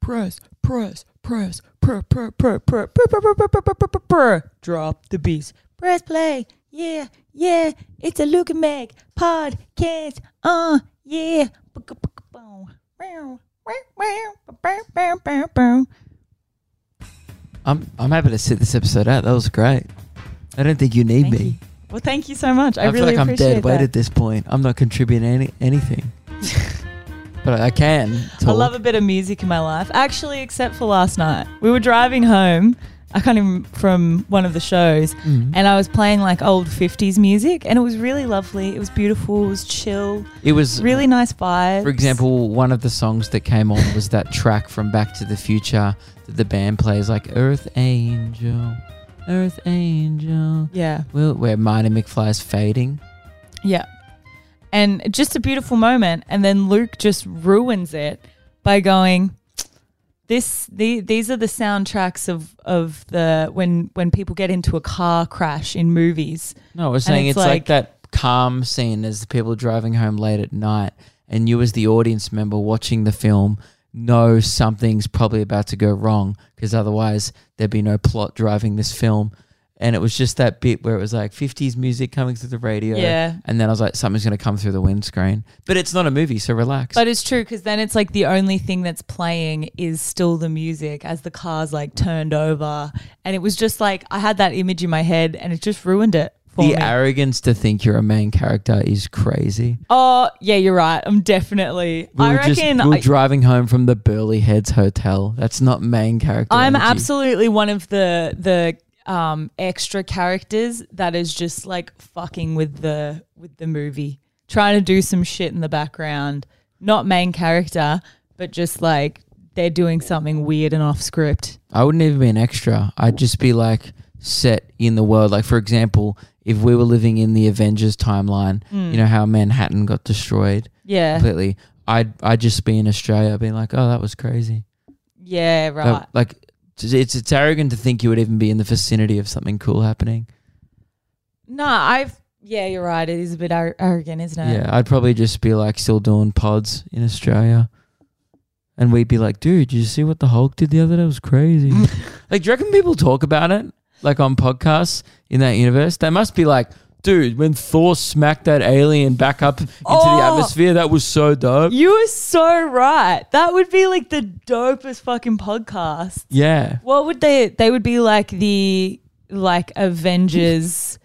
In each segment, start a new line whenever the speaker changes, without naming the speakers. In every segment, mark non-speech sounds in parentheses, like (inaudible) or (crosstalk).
press, press, press, press, press, press, press, press, press, drop the beats. Press play. Yeah, yeah. It's a Luke and Meg podcast. Uh, yeah.
I'm I'm happy to sit this episode out. That was great. I don't think you need
Thank
me.
you. Well, thank you so much. I,
I, feel
really
like I'm
appreciate
dead weight at this point. I'm not contributing any anything,
(laughs) that.
but I, I can. Talk.
I love a bit of music in my life, actually, except for last night. We were driving home. I can't even from one of the shows,
Mhm.
Mm-hmm. and I was playing like old 50s music, and it was really lovely. It was beautiful, it was chill,
It was
really nice vibes.
For example, one of the songs that came on was that track from Back to the Future that the band plays, like Earth Angel, Earth Angel,
Yeah,
well, where Marty McFly is fading.
yeah. And just a beautiful moment. And then Luke just ruins it by going, this the, these are the soundtracks of, of the when when people get into a car crash in movies.
No, I was saying
it's
it's, like,
like-
that calm scene as the people driving home late at night, and you, as the audience member watching the film, know something's probably about to go wrong because otherwise there'd be no plot driving this film. And it was just that bit where it was like 50s music coming through the radio.
yeah.
And then I was like, something's going to come through the windscreen. But it's not a movie, so relax.
But it's true because then it's like the only thing that's playing is still the music as the car's like turned over, and it was just like I had that image in my head, and it just ruined it for
the
me.
arrogance to think you're a main character is crazy.
oh yeah, you're right. I'm definitely.
We
I
were just
reckon
we were
I,
driving home from the Burley Heads Hotel. That's not main character.
I'm
energy.
absolutely one of the the um extra characters that is just like fucking with the with the movie, trying to do some shit in the background, not main character, but just like they're doing something weird and off script.
I wouldn't even be an extra. I'd just be like set in the world. Like for example, if we were living in the Avengers timeline, you know how Manhattan got destroyed
Hmm. Yeah.
completely. I'd I'd just be in Australia, being like, oh, that was crazy.
Yeah,
That-
right.
like it's it's arrogant to think you would even be in the vicinity of something cool happening.
no, I've. Yeah, you're right. It is a bit ar- arrogant, isn't it?
Yeah, I'd probably just be like still doing pods in Australia. And we'd be like, dude, did you see what the Hulk did the other day? It was crazy. (laughs) like, do you reckon people talk about it? Like on podcasts in that universe? They must be like, dude, when Thor smacked that alien back up into the
Oh.
atmosphere, that was so dope.
You are so right. That would be like the dopest fucking podcast.
Yeah.
What would they? They would be like the like Avengers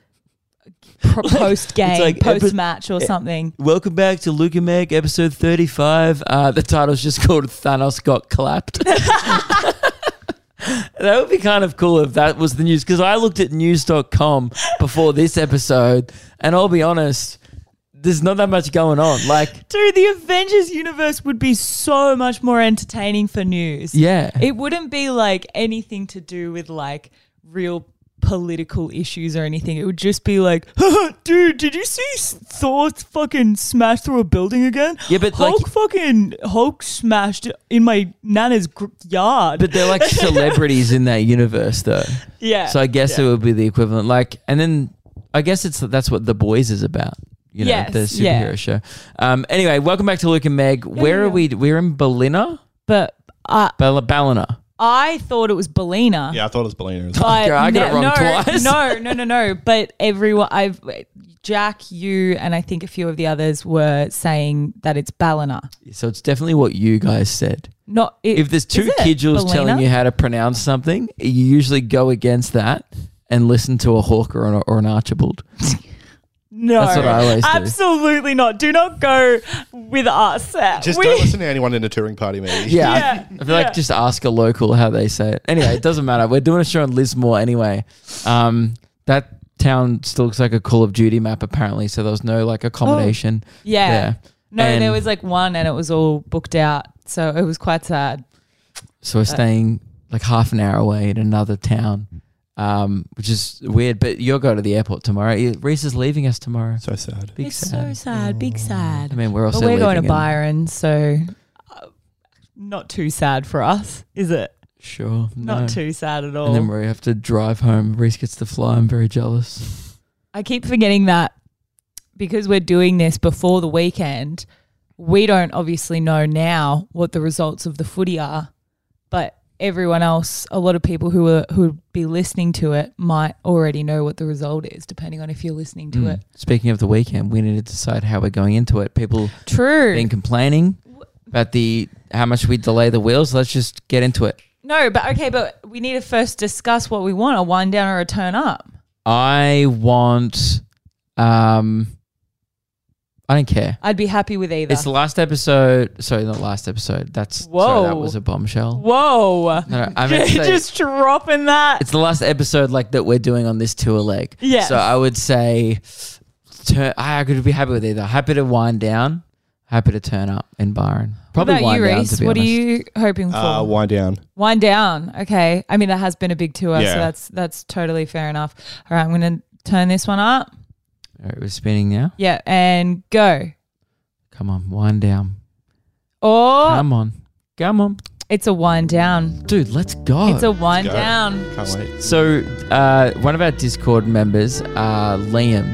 (laughs) post game,
it's like epi-
post match, or something.
Welcome back to Luke and Meg, episode 35. Uh, the title's just (laughs) called Thanos Got Clapped. (laughs) that would be kind of cool if that was the news because I looked at news.com before this episode, and I'll be honest, there's not that much going on. Like,
Dude, the Avengers universe would be so much more entertaining for news.
yeah.
It wouldn't be like anything to do with like real political issues or anything. It would just be like, (laughs) dude, did you see S- Thor fucking smash through a building again?
Yeah, but, like-
Hulk fucking Hulk smashed in my nana's gr- yard.
but they're like celebrities in that universe, though.
Uh, yeah,
So I guess it would be the equivalent. Like, and then I guess it's that's what The Boys is about. You know,
Yes,
the
yeah.
superhero show. Um, anyway, welcome back to Luke and Meg. Where are we? We're in Berliner?
but I
Bella Ballina.
I thought it was Belina.
Yeah, I thought it was Bellina. as well.
But
Girl, I got it wrong
no,
twice.
no, no, no, no. But everyone, I've Jack, you, and I think a few of the others were saying that it's Ballina.
So it's definitely what you guys said.
Not it,
If there's two
is it
kidules
Bellina?
telling you how to pronounce something, you usually go against that and listen to a Hawker or an, or an Archibald.
No,
That's what I always do.
absolutely not. Do not go with us.
Just
We- (laughs)
don't listen to anyone in a touring party,
(laughs)
maybe.
Yeah, I-
Yeah,
I, feel like
yeah.
just ask a local how they say it. Anyway, it doesn't matter. We're doing a show on Lismore anyway. Um, that town still looks like a Call of Duty map apparently, so there was no like accommodation.
Oh, Yeah.
there.
No,
And
there was like one, and it was all booked out, so it was quite sad.
So we're
Uh,
staying like half an hour away in another town, um, which is weird. But you'll go to the airport tomorrow. You- Reese is leaving us tomorrow.
So sad.
Big
it's so
sad. Oh.
sad, big
I
sad.
mean, we're also
But we're going
leaving
to
in-
Byron, so uh, not too sad for us, is it?
Sure,
Not
no.
too sad at
And then
all.
we have to drive home. Reese gets to fly. I'm very jealous.
I keep forgetting that because we're doing this before the weekend, we don't obviously know now what the results of the footy are but everyone else, a lot of people who are who would be listening to it might already know what the result is, depending on if you're listening to
Mm.
it.
Speaking of the weekend, we need to decide how we're going into it. People
True.
been complaining about the how much we delay the wheels. Let's just get into it.
no, but okay, but we need to first discuss what we want—a wind down or a turn up.
I want. Um, I don't care.
I'd be happy with either.
It's the last episode. Sorry, not last episode. That's sorry, that
Whoa.
was a bombshell.
Whoa!
No, no,
(laughs)
I meant to say-
just dropping that.
it's the last episode like that we're doing on this tour leg.
Yes.
So I would say, turn. I could be happy with either. Happy to wind down. Happy to turn up in Byron. Probably
what about
wind
you,
down.
Reese?
To be
what
honest.
are you hoping for?
Uh, wind down.
Wind down. Okay. I mean, that has been a big tour,
Yeah.
so that's that's totally fair enough. All right, I'm gonna turn this one up.
All right, we're spinning now.
Yeah, and go.
Come on, wind down.
Or
Come on, come on,
it's a wind down.
dude. Let's go.
It's a wind
go.
down.
Can't wait.
So, uh, one of our Discord members, uh, Liam,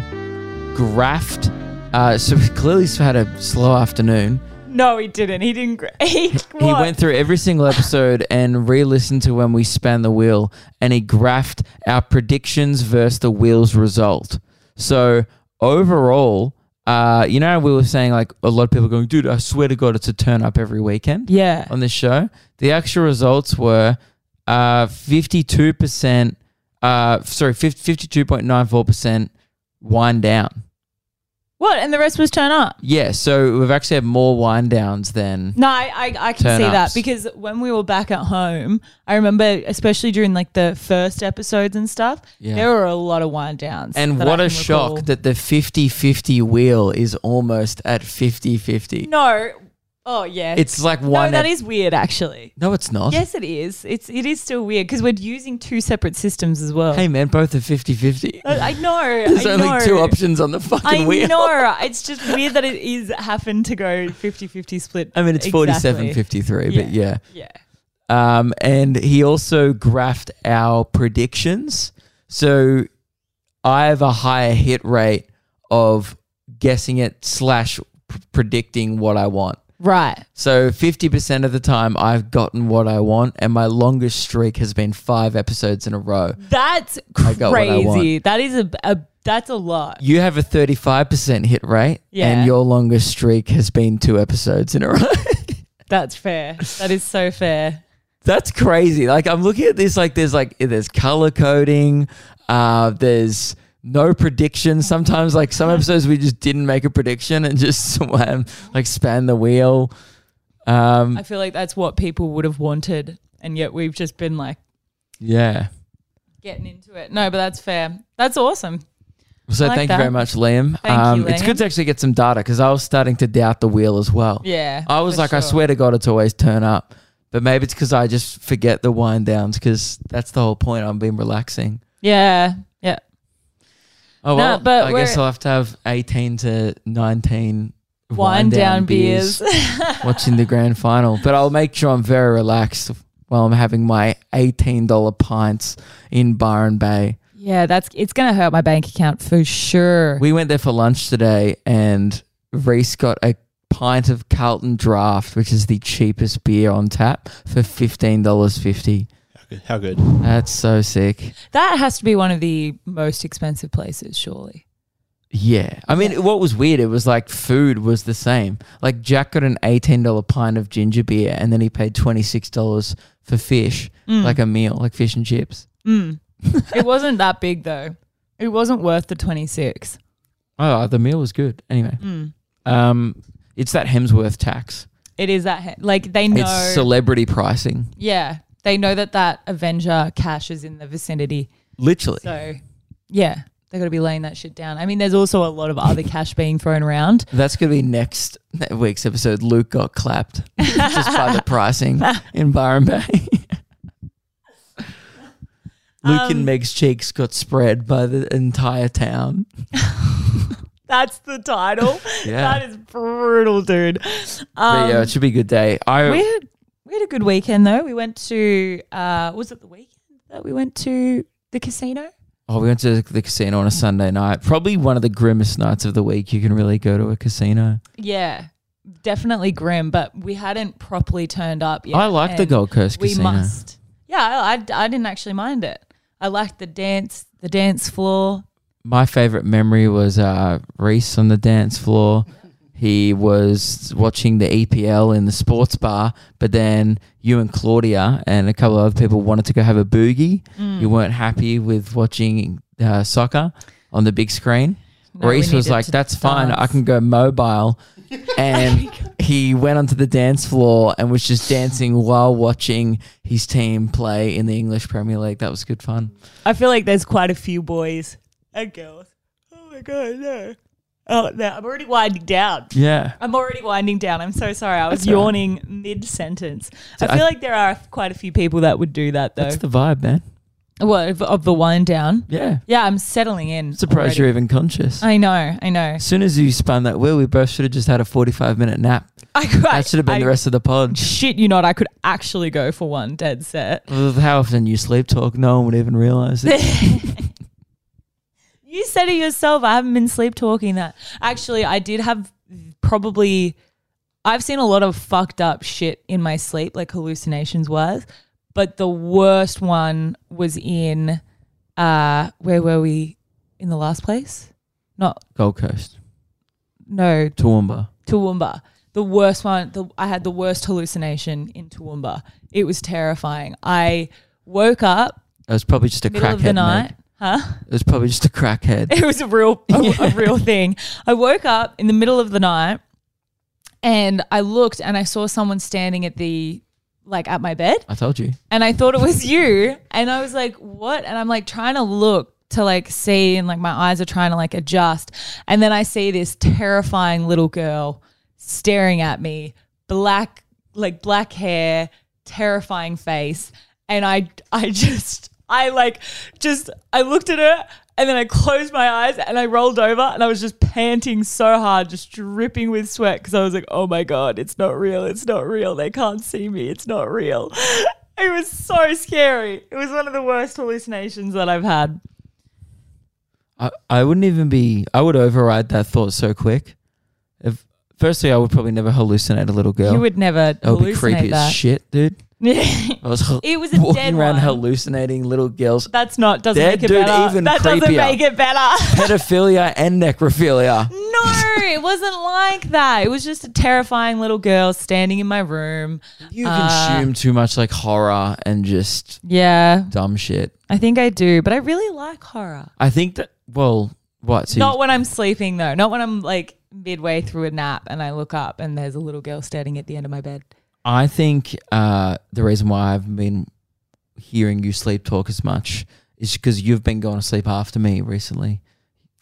graffed. Uh, so (laughs) we clearly he's had a slow afternoon.
No, he didn't. He didn't. Gra- (laughs) he,
He went through every single episode and re-listened to when we span the wheel, and he graphed our predictions versus the wheel's result. So overall, uh, you know, how we were saying like a lot of people going, dude, I swear to God, it's a turn up every weekend
yeah.
on this show. The actual results were uh, 52%, uh, sorry, 52.94% wind down.
What? And the rest was turn up.
Yeah, so we've actually had more wind downs than.
No, I, I, I can
Turn
see
ups.
that because when we were back at home, I remember, especially during like the first episodes and stuff,
Yeah.
there were a lot of wind downs.
and
that
what
I
a
can
shock
recall.
that the 50 50 wheel is almost at 50 50.
No. Oh, yeah.
It's like
no,
one.
that
at-
is weird, actually.
no, it's not.
Yes, it is. It's it is still weird because we're using two separate systems as well. Uh,
Hey, man, both are 50 50.
I, I know.
(laughs) There's
I
only
know.
two options on the fucking
I
wheel.
know. It's just weird that it is happened to go 50-50 split.
(laughs) I mean, it's
Exactly.
47 53, but yeah.
Yeah.
Um, and he also graphed our predictions. So I have a higher hit rate of guessing it slash p- predicting what I want.
Right.
So 50% of the time I've gotten what I want and my longest streak has been 5 episodes in a row.
That's
I got what I want.
crazy. That is a, a that's a lot.
You have a 35% hit rate
Yeah.
and your longest streak has been 2 episodes in a row. (laughs)
That's fair. That is so fair.
That's crazy. Like I'm looking at this like there's like there's color coding, uh, there's no prediction. Sometimes like some episodes we just didn't make a prediction and just (laughs) swam like span the wheel. Um,
I feel like that's what people would have wanted, and yet we've just been like
yeah.
getting into it. No, but that's fair. That's awesome.
So
I like
thank
that.
you very much, Liam.
Thank you,
um, It's
Liam.
good to actually get some data because I was starting to doubt the wheel as well.
Yeah.
I was
for
like, I
sure.
swear to God, it's always turn up. But maybe it's because I just forget the wind downs because that's the whole point. I'm being relaxing.
Yeah. Yeah.
Oh
No,
well,
but
I guess
we're-
I'll have to have eighteen to nineteen
Wine down, beers. (laughs)
watching the grand final. But I'll make sure I'm very relaxed while I'm having my eighteen dollar pints in Byron Bay.
yeah, that's it's gonna hurt my bank account for sure.
(laughs) We went there for lunch today, and Reese got a pint of Carlton Draft, which is the cheapest beer on tap, for fifteen dollars fifty.
How good? How good?
That's so sick.
that has to be one of the most expensive places, surely.
Yeah. I mean, what was weird, it was like food was the same. Like Jack got an $18 pint of ginger beer and then he paid $26 for fish,
Mm.
like a meal, like fish and chips.
Mm. it wasn't that big though. It wasn't worth the twenty six.
Oh, the meal was good. Anyway,
Mm.
um, it's that Hemsworth tax.
It is that he- like they know.
It's celebrity pricing,
yeah, they know that that Avenger cash is in the vicinity.
literally.
So yeah, they got to be laying that shit down. I mean, there's also a lot of other cash being thrown around.
That's going to be next week's episode. Luke got clapped
(laughs)
just by the pricing in Byron Bay. Luke
Um,
and Meg's cheeks got spread by the entire town.
That's the title.
(laughs) Yeah.
That is brutal, dude.
But
Um,
yeah, it should be a good day. I
we had we had a good weekend though. We went to uh, was it the weekend that we went to the casino?
oh, we went to the casino on a Sunday night. Probably one of the grimmest nights of the week. You can really go to a casino.
Yeah, definitely grim, but we hadn't properly turned up yet.
I like the
and
Gold Coast
We
Casino.
must. Yeah, I, I, I didn't actually mind it. I liked the dance, the dance floor.
My favorite memory was uh, Reese on the dance floor. He was watching the EPL in the sports bar, but then you and Claudia and a couple of other people wanted to go have a boogie.
Mm.
You weren't happy with watching uh, soccer on the big screen.
No, we
Reese was
needed
like,
to
"That's fine, I
dance."
can go
(laughs)
mobile," and he went onto the dance floor and was just dancing while watching his team play in the English Premier League. That was good fun.
I feel like there's quite a few boys and girls. Oh my god, no! Oh no, I'm already winding down.
Yeah,
I'm already winding down. I'm so sorry. I was
That's all right.
yawning mid sentence.
So
I feel
I-
like there are quite a few people that would do that though.
that's the vibe, man.
what of, of the wind down?
Yeah,
Yeah, I'm settling in.
surprised
already.
you're even conscious.
I know. I know. (laughs)
as soon as you spun that wheel, we both should have just had a 45 minute nap.
I could,
That should have been
I-
the rest of the pod.
Shit, you not. I could actually go for one dead set.
With How often you sleep talk, no one would even realize
(laughs)
it.
You said it yourself. I haven't been sleep talking that. Actually, I did have probably. I've seen a lot of fucked up shit in my sleep, like hallucinations was. But the worst one was in uh where were we in the last place? Not
Gold Coast,
no
Toowoomba.
Toowoomba. The worst one, the, I had the worst hallucination in Toowoomba. It was terrifying. I woke up
It was probably just a
middle
crackhead.
of the night,
mate.
huh?
It was probably just a crackhead.
(laughs) It was a real a, a real thing. I woke up in the middle of the night and I looked and I saw someone standing at the like at my bed
I told you.
and I thought it was you and I was like what and I'm like trying to look to like see and like my eyes are trying to like adjust and then I see this terrifying little girl staring at me black like black hair terrifying face and I I (laughs) just I like just I looked at her and then I closed my eyes and I rolled over and I was just panting so hard, just dripping with sweat because I was like, oh my God, it's not real. It's not real. They can't see me. It's not real. It was so scary. It was one of the worst hallucinations that I've had.
I, I wouldn't even be, I would override that thought so quick. If Firstly, I would probably never hallucinate a little girl.
You would never
that would be
hallucinate
creepy as
that.
shit, dude. I was
(laughs) It was a
walking
dead
around
one.
hallucinating little girls.
That's not doesn't
Dead
make it
dude,
better.
even
that doesn't
creepier.
make it better. (laughs)
Pedophilia and necrophilia.
no, it wasn't like that. It was just a terrifying little girl standing in my room.
You
Uh,
consume too much like horror and just
Yeah,
dumb shit.
I think I do, but I really like horror.
I think that, well, what? So you-
Not when I'm sleeping though. Not when I'm like midway through a nap and I look up and there's a little girl standing at the end of my bed.
I think uh, the reason why I've been hearing you sleep talk as much is because you've been going to sleep after me recently.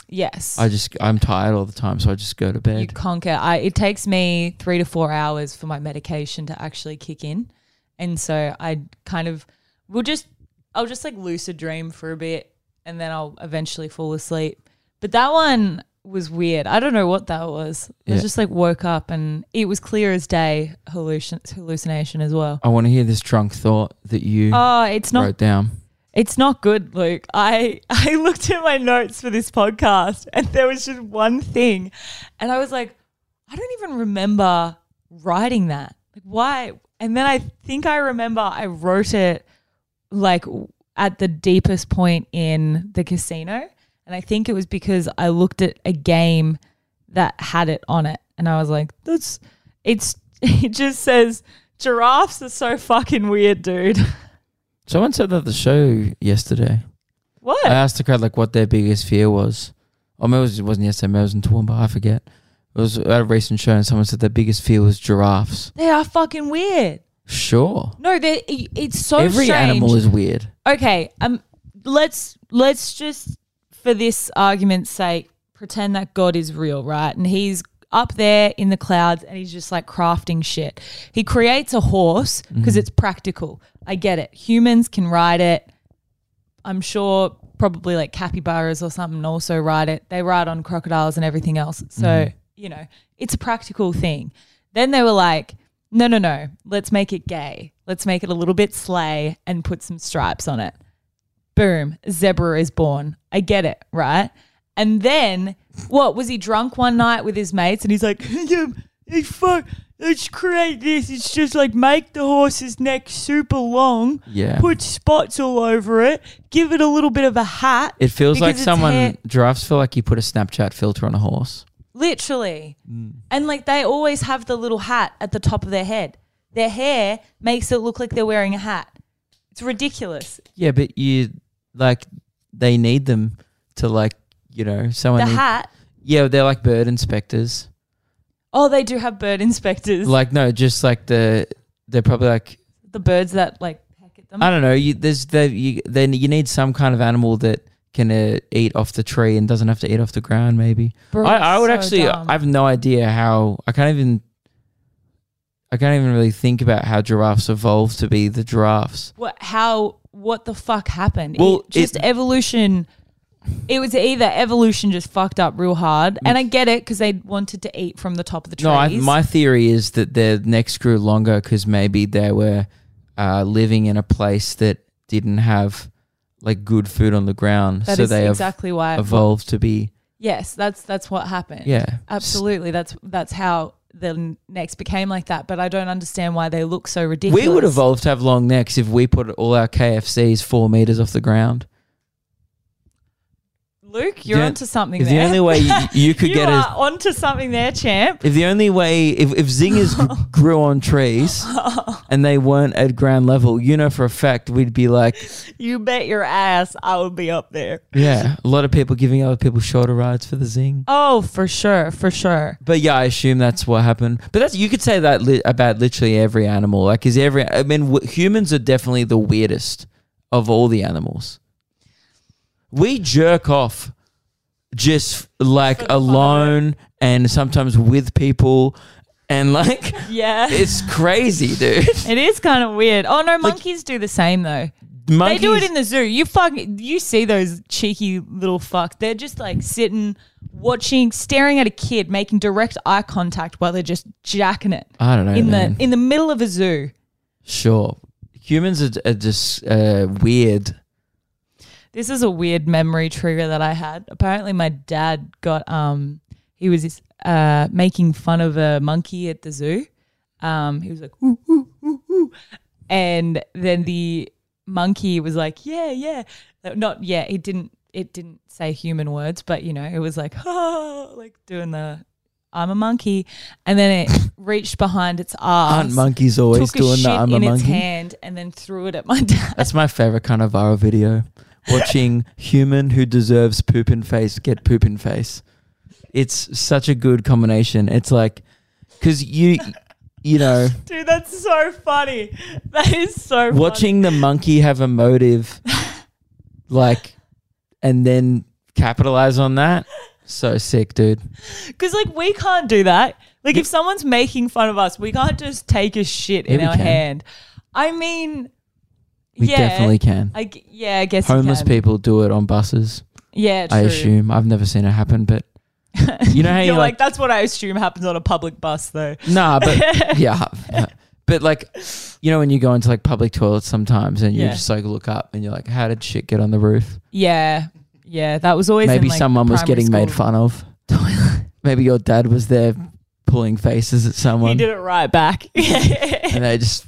Yes.
I just, I'm tired all the time, so I just go to
you
bed.
conquer. I, it takes me three to four hours for my medication to actually kick in. And so I kind of will just, I'll just like lucid dream for a bit and then I'll eventually fall asleep. But that one was weird. I don't know what that was. I
Yeah.
just like woke up and it was clear as day hallucin- hallucination as well.
I want to hear this drunk thought that you
Oh, it's not
wrote down.
It's not good, Luke. I (laughs) I looked at my notes for this podcast and there was just one thing and I was like, I don't even remember writing that. Like why? And then I think I remember I wrote it like w- at the deepest point in the casino and I think it was because I looked at a game that had it on it and I was like, that's it's (laughs) it just says giraffes are so fucking weird, dude. (laughs)
Someone said that at the show yesterday.
What?
I asked the crowd like what their biggest fear was. Or maybe it, was, it wasn't yesterday, maybe it was in Toowoomba, I forget. It was at a recent show and someone said their biggest fear was giraffes.
They are fucking weird.
Sure.
No, they i- it's so
Every
strange.
animal is weird.
okay. Um, let's let's just for this argument's sake pretend that God is real, right? And he's up there in the clouds and he's just like crafting shit. He creates a horse
Mm-hmm.
because it's practical. I get it. Humans can ride it. I'm sure probably like capybaras or something also ride it. They ride on crocodiles and everything else. So, you know, it's a practical thing. Then they were like, no, no, no, let's make it gay. Let's make it a little bit sleigh and put some stripes on it. Boom, zebra is born. I get it, right? And then what was he drunk one night with his mates and he's like, (laughs) yeah, it's fuck, let's create this. It's just like make the horse's neck super long,
Yeah.
put spots all over it, give it a little bit of a hat.
It feels
Because
like
it's
someone
hair-
giraffes feel like you put a Snapchat filter on a horse.
Literally.
Mm.
And like they always have the little hat at the top of their head. Their hair makes it look like they're wearing a hat. It's ridiculous.
Yeah, but you like they need them to like you know someone.
The
need-
hat.
yeah, they're like bird inspectors.
Oh, they do have bird inspectors.
Like no, just like the they're probably like
the birds that like peck at them.
I don't know. You there's the you then you need some kind of animal that can uh, eat off the tree and doesn't have to eat off the ground. Maybe
Bro,
I,
it's
I would
so
actually.
dumb.
I have no idea how. I can't even. I can't even really think about how giraffes evolved to be the giraffes.
what how what the fuck happened?
Well,
It- just
it-
evolution. It was either evolution just fucked up real hard, and I get it because they wanted to eat from the top of the trees.
Mm. No, I, my theory is that their necks grew longer because maybe they were uh, living in a place that didn't have like good food on the ground,
That
so
is
they have
exactly why.
evolved to be
yes, that's that's what happened.
yeah.
absolutely. That's that's how the necks became like that. But I don't understand why they look so ridiculous.
We would evolve to have long necks if we put all our KFCs four meters off the ground.
Luke, you're
The-
onto something
If
there.
the only way (laughs) you, you could
(laughs) you
get
are
a
onto something there, champ.
if the only way if, if zingers gr-
(laughs)
grew on trees and they weren't at ground level, you know for a fact we'd be like,
You bet your ass I would be up there.
yeah, a lot of people giving other people shorter rides for the zing.
Oh, for sure, for sure.
But yeah, I assume that's what happened. But that's you could say that li- about literally every animal. Like, is every I mean, w- humans are definitely the weirdest of all the animals. We jerk off just like alone and sometimes with people, and
(laughs)
like
Yeah.
it's crazy, dude.
It is kind of weird. Oh no, monkeys do the same though. They
Monkeys,
do it in the zoo. You fucking you see those cheeky little fucks. They're just like sitting, watching, staring at a kid, making direct eye contact while they're just jacking it
I don't know.
in
man.
the in the middle of a zoo.
sure, humans are, are just uh, weird.
This is a weird memory trigger that I had. Apparently, my dad got um he was uh making fun of a monkey at the zoo. Um, he was like ooh ooh ooh ooh, and then the monkey was like yeah yeah, No, not yeah. It didn't it didn't say human words, but you know it was like (laughs) oh like doing the I'm a monkey, and then it
(laughs)
reached behind its arms.
Aren't monkeys always
Took a
doing
shit
that? I'm a
in its
monkey.
hand and then threw it at my (laughs) dad.
That's my favorite kind of viral video. Watching human who deserves poop in face get poop in face. It's such a good combination. It's like, because you, you
(laughs)
know,
Dude, that's so funny. That is so
watching the monkey have a motive, like, and then capitalize on that. So sick, dude.
Because, like, we can't do that. Like, if someone's making fun of us, we can't just take a shit in
Yeah, we
our
can.
hand. I mean,
We
yeah.
definitely can.
I g yeah, I guess. you
Homeless
can.
people do it on buses.
Yeah, true.
I assume. I've never seen it happen,
(laughs)
but you know how
You're
you
like,
like,
that's what I assume happens on a public bus, though.
Nah,
(laughs)
but yeah, yeah. but like, you know, when you go into like public toilets sometimes, and you
Yeah.
just like look up, and you're like, "How did shit get on the roof?"
Yeah. Yeah, that was always
Maybe
in, like,
someone was
primary
getting made
school.
fun of. (laughs) Maybe your dad was there pulling faces at
He
someone,
did it right back. (laughs)
and they just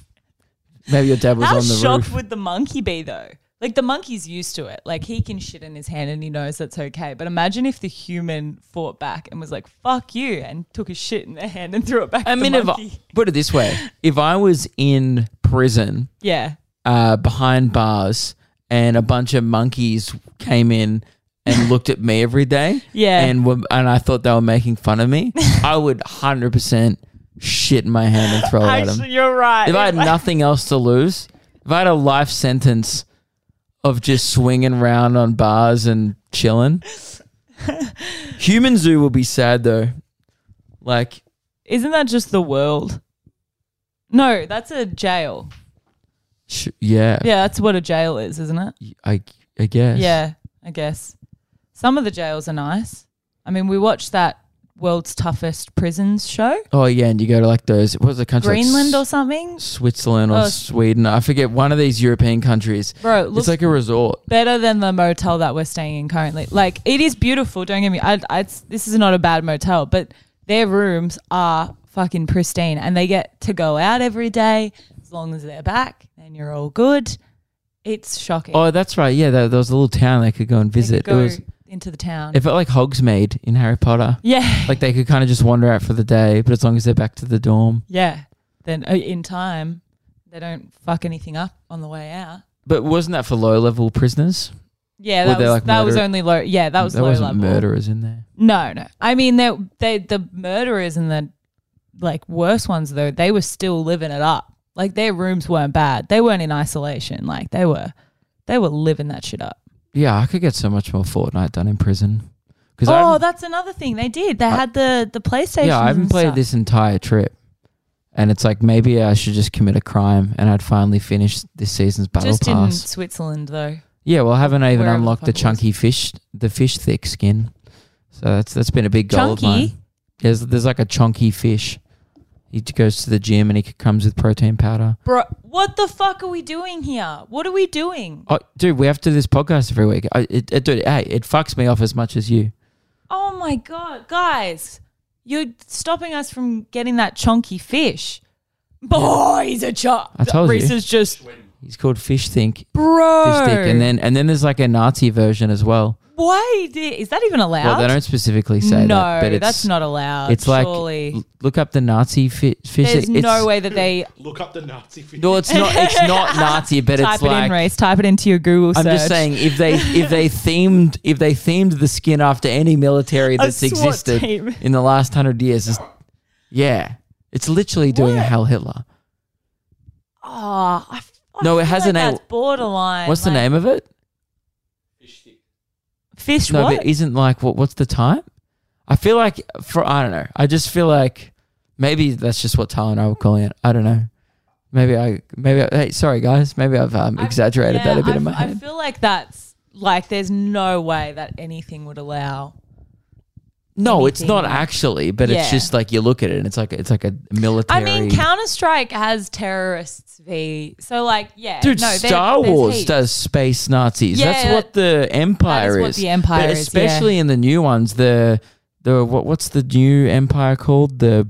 maybe your dad was
How
on the
shocked
roof.
would the monkey be though? Like the monkey's used to it. Like he can shit in his hand and he knows that's okay. But imagine if the human fought back and was like, "Fuck you," and took a shit in their hand and threw it back.
I
at
mean,
the
if
monkey.
I, put it this way, if I was in prison
yeah,
uh, behind bars and a bunch of monkeys came in and looked at me every day.
Yeah.
And were, and I thought they were making fun of
(laughs)
me. I would 100% shit in my hand and throw it at them.
actually, you're right.
If I had
It's like-
nothing else to lose, if I had a life sentence of just swinging around on bars and
(laughs)
chilling. Human zoo will be sad though. Like
isn't that just the world? No, that's a jail.
sh- yeah,
Yeah, that's what a jail is, isn't it?
I I guess.
Yeah, I guess. Some of the jails are nice. I mean, we watched that world's toughest prisons show,
Oh yeah, and you go to like those what was the country? like,
Greenland or something.
Switzerland or
Oh, s-
Sweden. I forget one of these European countries.
Bro, it looks
It's like a resort.
better than the motel that we're staying in currently. Like it is beautiful. Don't get me. I, I, it's, this is not a bad motel, but their rooms are fucking pristine and they get to go out every day as long as they're back and you're all good. It's shocking.
Oh, that's right. Yeah, there, there was a little town they could go and
They could
visit.
go
it was
into the town.
it felt like Hogsmeade in Harry Potter.
yeah. (laughs)
Like they could kind of just wander out for the day, but as long as they're back to the dorm.
yeah. Then uh, in time, they don't fuck anything up on the way out.
But wasn't that for low level prisoners?
Yeah,
Were
that
they,
was
like,
that was
murder-
only low. Yeah, that was
there
low
wasn't
level.
murderers in there.
No, no. I mean, they they the murderers and the like worse ones though. They were still living it up. Like their rooms weren't bad. They weren't in isolation. Like they were, they were living that shit up.
Yeah, I could get so much more Fortnite done in prison. Because
Oh, that's another thing they did. They
I-
had the the PlayStation.
yeah, I haven't played
stuff.
this entire trip, and it's like maybe I should just commit a crime, and I'd finally finish this season's battle
Just in
pass.
Switzerland though.
yeah, well, haven't I even
Wherever the
unlocked the,
fuck it was.
chunky fish, the fish thick skin? So that's that's been a big goal of mine.
Chunky.
There's there's like a chunky fish. He t- goes to the gym and he c- comes with protein powder.
Bro, what the fuck are we doing here? What are we doing?
Oh, dude, we have to do this podcast every week. I, it, it, dude, hey, it fucks me off as much as you.
Oh my god, guys, you're stopping us from getting that chunky fish. Boy, he's a chunk.
I told you.
Reese is just
He's called Fish Think. Fish
bro.
Think, and then and then there's like a Nazi version as well.
why did, is that even allowed?
Well, they don't specifically say
no,
that, but it's,
that's not allowed.
It's like
surely.
l- look up the Nazi fi- fish.
there's
It's- it's-
no way that they
Look up the Nazi figure.
No, it's (laughs) not. It's
(laughs)
not Nazi, but
type
it's
it
like
in, Reese. Type it into your Google
I'm
search.
just saying if they if
(laughs)
they themed if they themed the skin after any military that's
SWAT
existed
team. (laughs)
in the last hundred years, it's, yeah, it's literally doing a
What?
Hal Hitler.
Oh, I, f- I
No, it
feel
has a
like
name.
That's borderline.
What's the
like-
name of it?
Fish
No,
what?
but isn't like what? What's the time? I feel like for I don't know. I just feel like maybe that's just what Tyler and I were calling it. I don't know. Maybe I maybe I, hey sorry guys maybe I've um,
I-
exaggerated
yeah,
that a bit
I
in my
f- I
head.
feel like that's like there's no way that anything would allow
No, it's not
anything.
actually, but it's
Yeah.
just like you look at it and it's like it's like a military.
I mean, Counter Strike has terrorists v. So like, yeah,
Dude,
Uh, no, there-
Star
there's
Wars
heaps.
does space Nazis. that's
Yeah,
what the Empire
that is what
is.
the Empire
But
is,
especially in the new ones. The the what, what's the new Empire called? The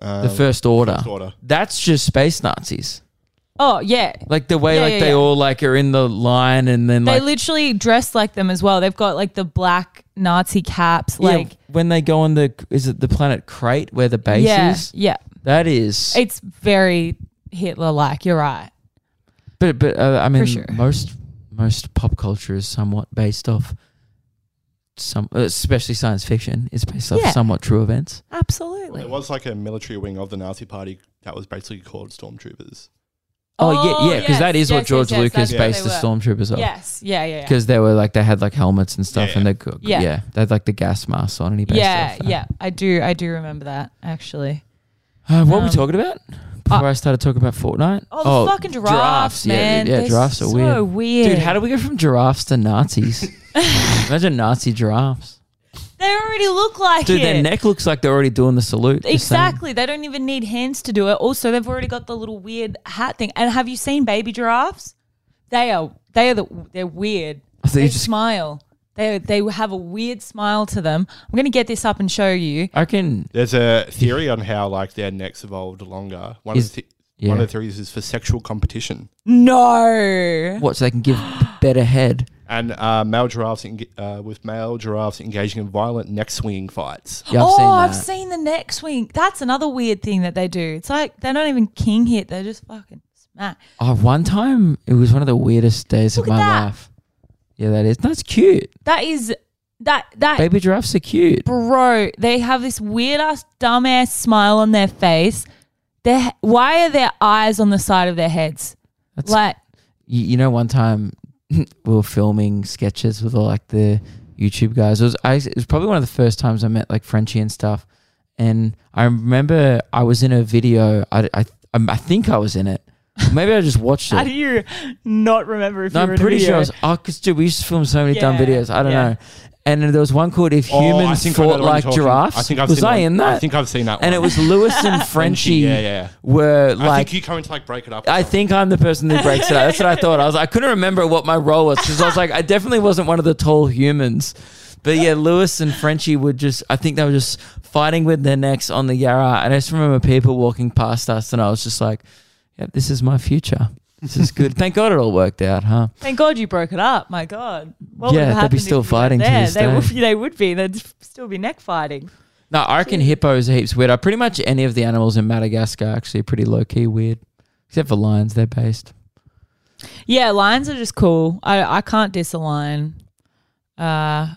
the Uh,
Um,
First Order.
order.
That's just space Nazis.
Oh yeah,
Like the way
Yeah,
like
yeah,
they
yeah.
all like are in the line and then
they
like
literally dress like them as well. They've got like the black Nazi caps,
yeah,
like
when they go on the is it the planet Crate where the base
yeah,
is?
yeah.
That is.
It's very Hitler-like. You're right.
But but uh, I mean,
sure.
most most pop culture is somewhat based off some, especially science fiction, is based off
Yeah.
somewhat true events.
Absolutely.
It was like a military wing of the Nazi party that was basically called stormtroopers.
Oh, yeah, yeah, because
yes,
that is
yes,
what George
yes, yes,
Lucas
that's what
based
they
the
were.
stormtroopers off.
Yes, yeah, yeah, yeah.
Because they were like they had like helmets and stuff,
Yeah,
and they go-
Yeah.
yeah. they had like the gas masks on, and he based it
Yeah,
off that.
yeah. I do, I do remember that actually.
Uh, what were
Um,
we talking about before I started talking about Fortnite?
Oh, the fucking giraffes, man.
Yeah, dude, yeah,
They're
giraffes are
so
weird.
weird.
Dude, how do we go from giraffes to
(laughs)
Nazis? Imagine Nazi giraffes.
they already look like
Dude,
it?
their neck looks like they're already doing the salute. just saying.
Exactly. They don't even need hands to do it. Also, they've already got the little weird hat thing. And have you seen baby giraffes? They are they are the they're weird.
I thought
They
you just-
smile. They they have a weird smile to them. I'm gonna get this up and show you.
I reckon.
There's a theory on how like their necks evolved longer. One
Is-
of the th-
Yeah.
one of the theories is for sexual competition,
No.
What so they can give better head.
and uh, male giraffes enga- uh, with male giraffes engaging in violent neck swinging fights.
Yeah, I've
oh,
seen
I've
that.
seen the neck swing. That's another weird thing that they do. It's like they don't even king hit. They just fucking smack.
Oh, one time it was one of the weirdest days
Look
of
at
my
that.
life. Yeah, that is. That's cute.
That is that that
Baby giraffes are cute.
bro, they have this weird ass dumbass smile on their face. Their why are their eyes on the side of their heads?
That's-
like
You, you know, one time (laughs) we were filming sketches with all like the YouTube guys. It was I, it was probably one of the first times I met like Frenchie and stuff. And I remember I was in a video. I I um, I think I was in it. Maybe I just
(laughs)
watched it.
you not remember if
No, I'm pretty sure I was. Oh, because dude, we used to film so many dumb
Yeah,
videos. I don't
yeah.
know. And then there was one called "If
Oh,
(gasps)
I
Humans
think I know
Fought
the one
Like
you're talking-
Giraffes."
I think I've
was
seen
I
one-
in that?
I think I've seen that.
and
one.
it was Lewis
(laughs)
and Frenchie.
Yeah, yeah.
Were
I
like.
think you come into like break it up.
I think I'm the person that breaks it up. That's what I thought. I was. I couldn't remember what my role was because I was like, I definitely wasn't one of the tall humans. But yeah, Lewis and Frenchie were just, I think they were just fighting with their necks on the Yarra. And I just remember people walking past us and I was just like, yeah, this is my future. This is good. Thank God it all worked out, huh?
Thank God you broke it up. My God. What
Yeah, they'd
would
be
have happened
still
if you were
fighting to
there?
this
they, would,
day.
they would be. They'd f- still be neck fighting.
No, I reckon hippos are heaps weird. Are pretty much any of the animals in Madagascar are actually pretty low key weird, except for lions. They're based.
Yeah, lions are just cool. I, I can't diss a lion. Uh,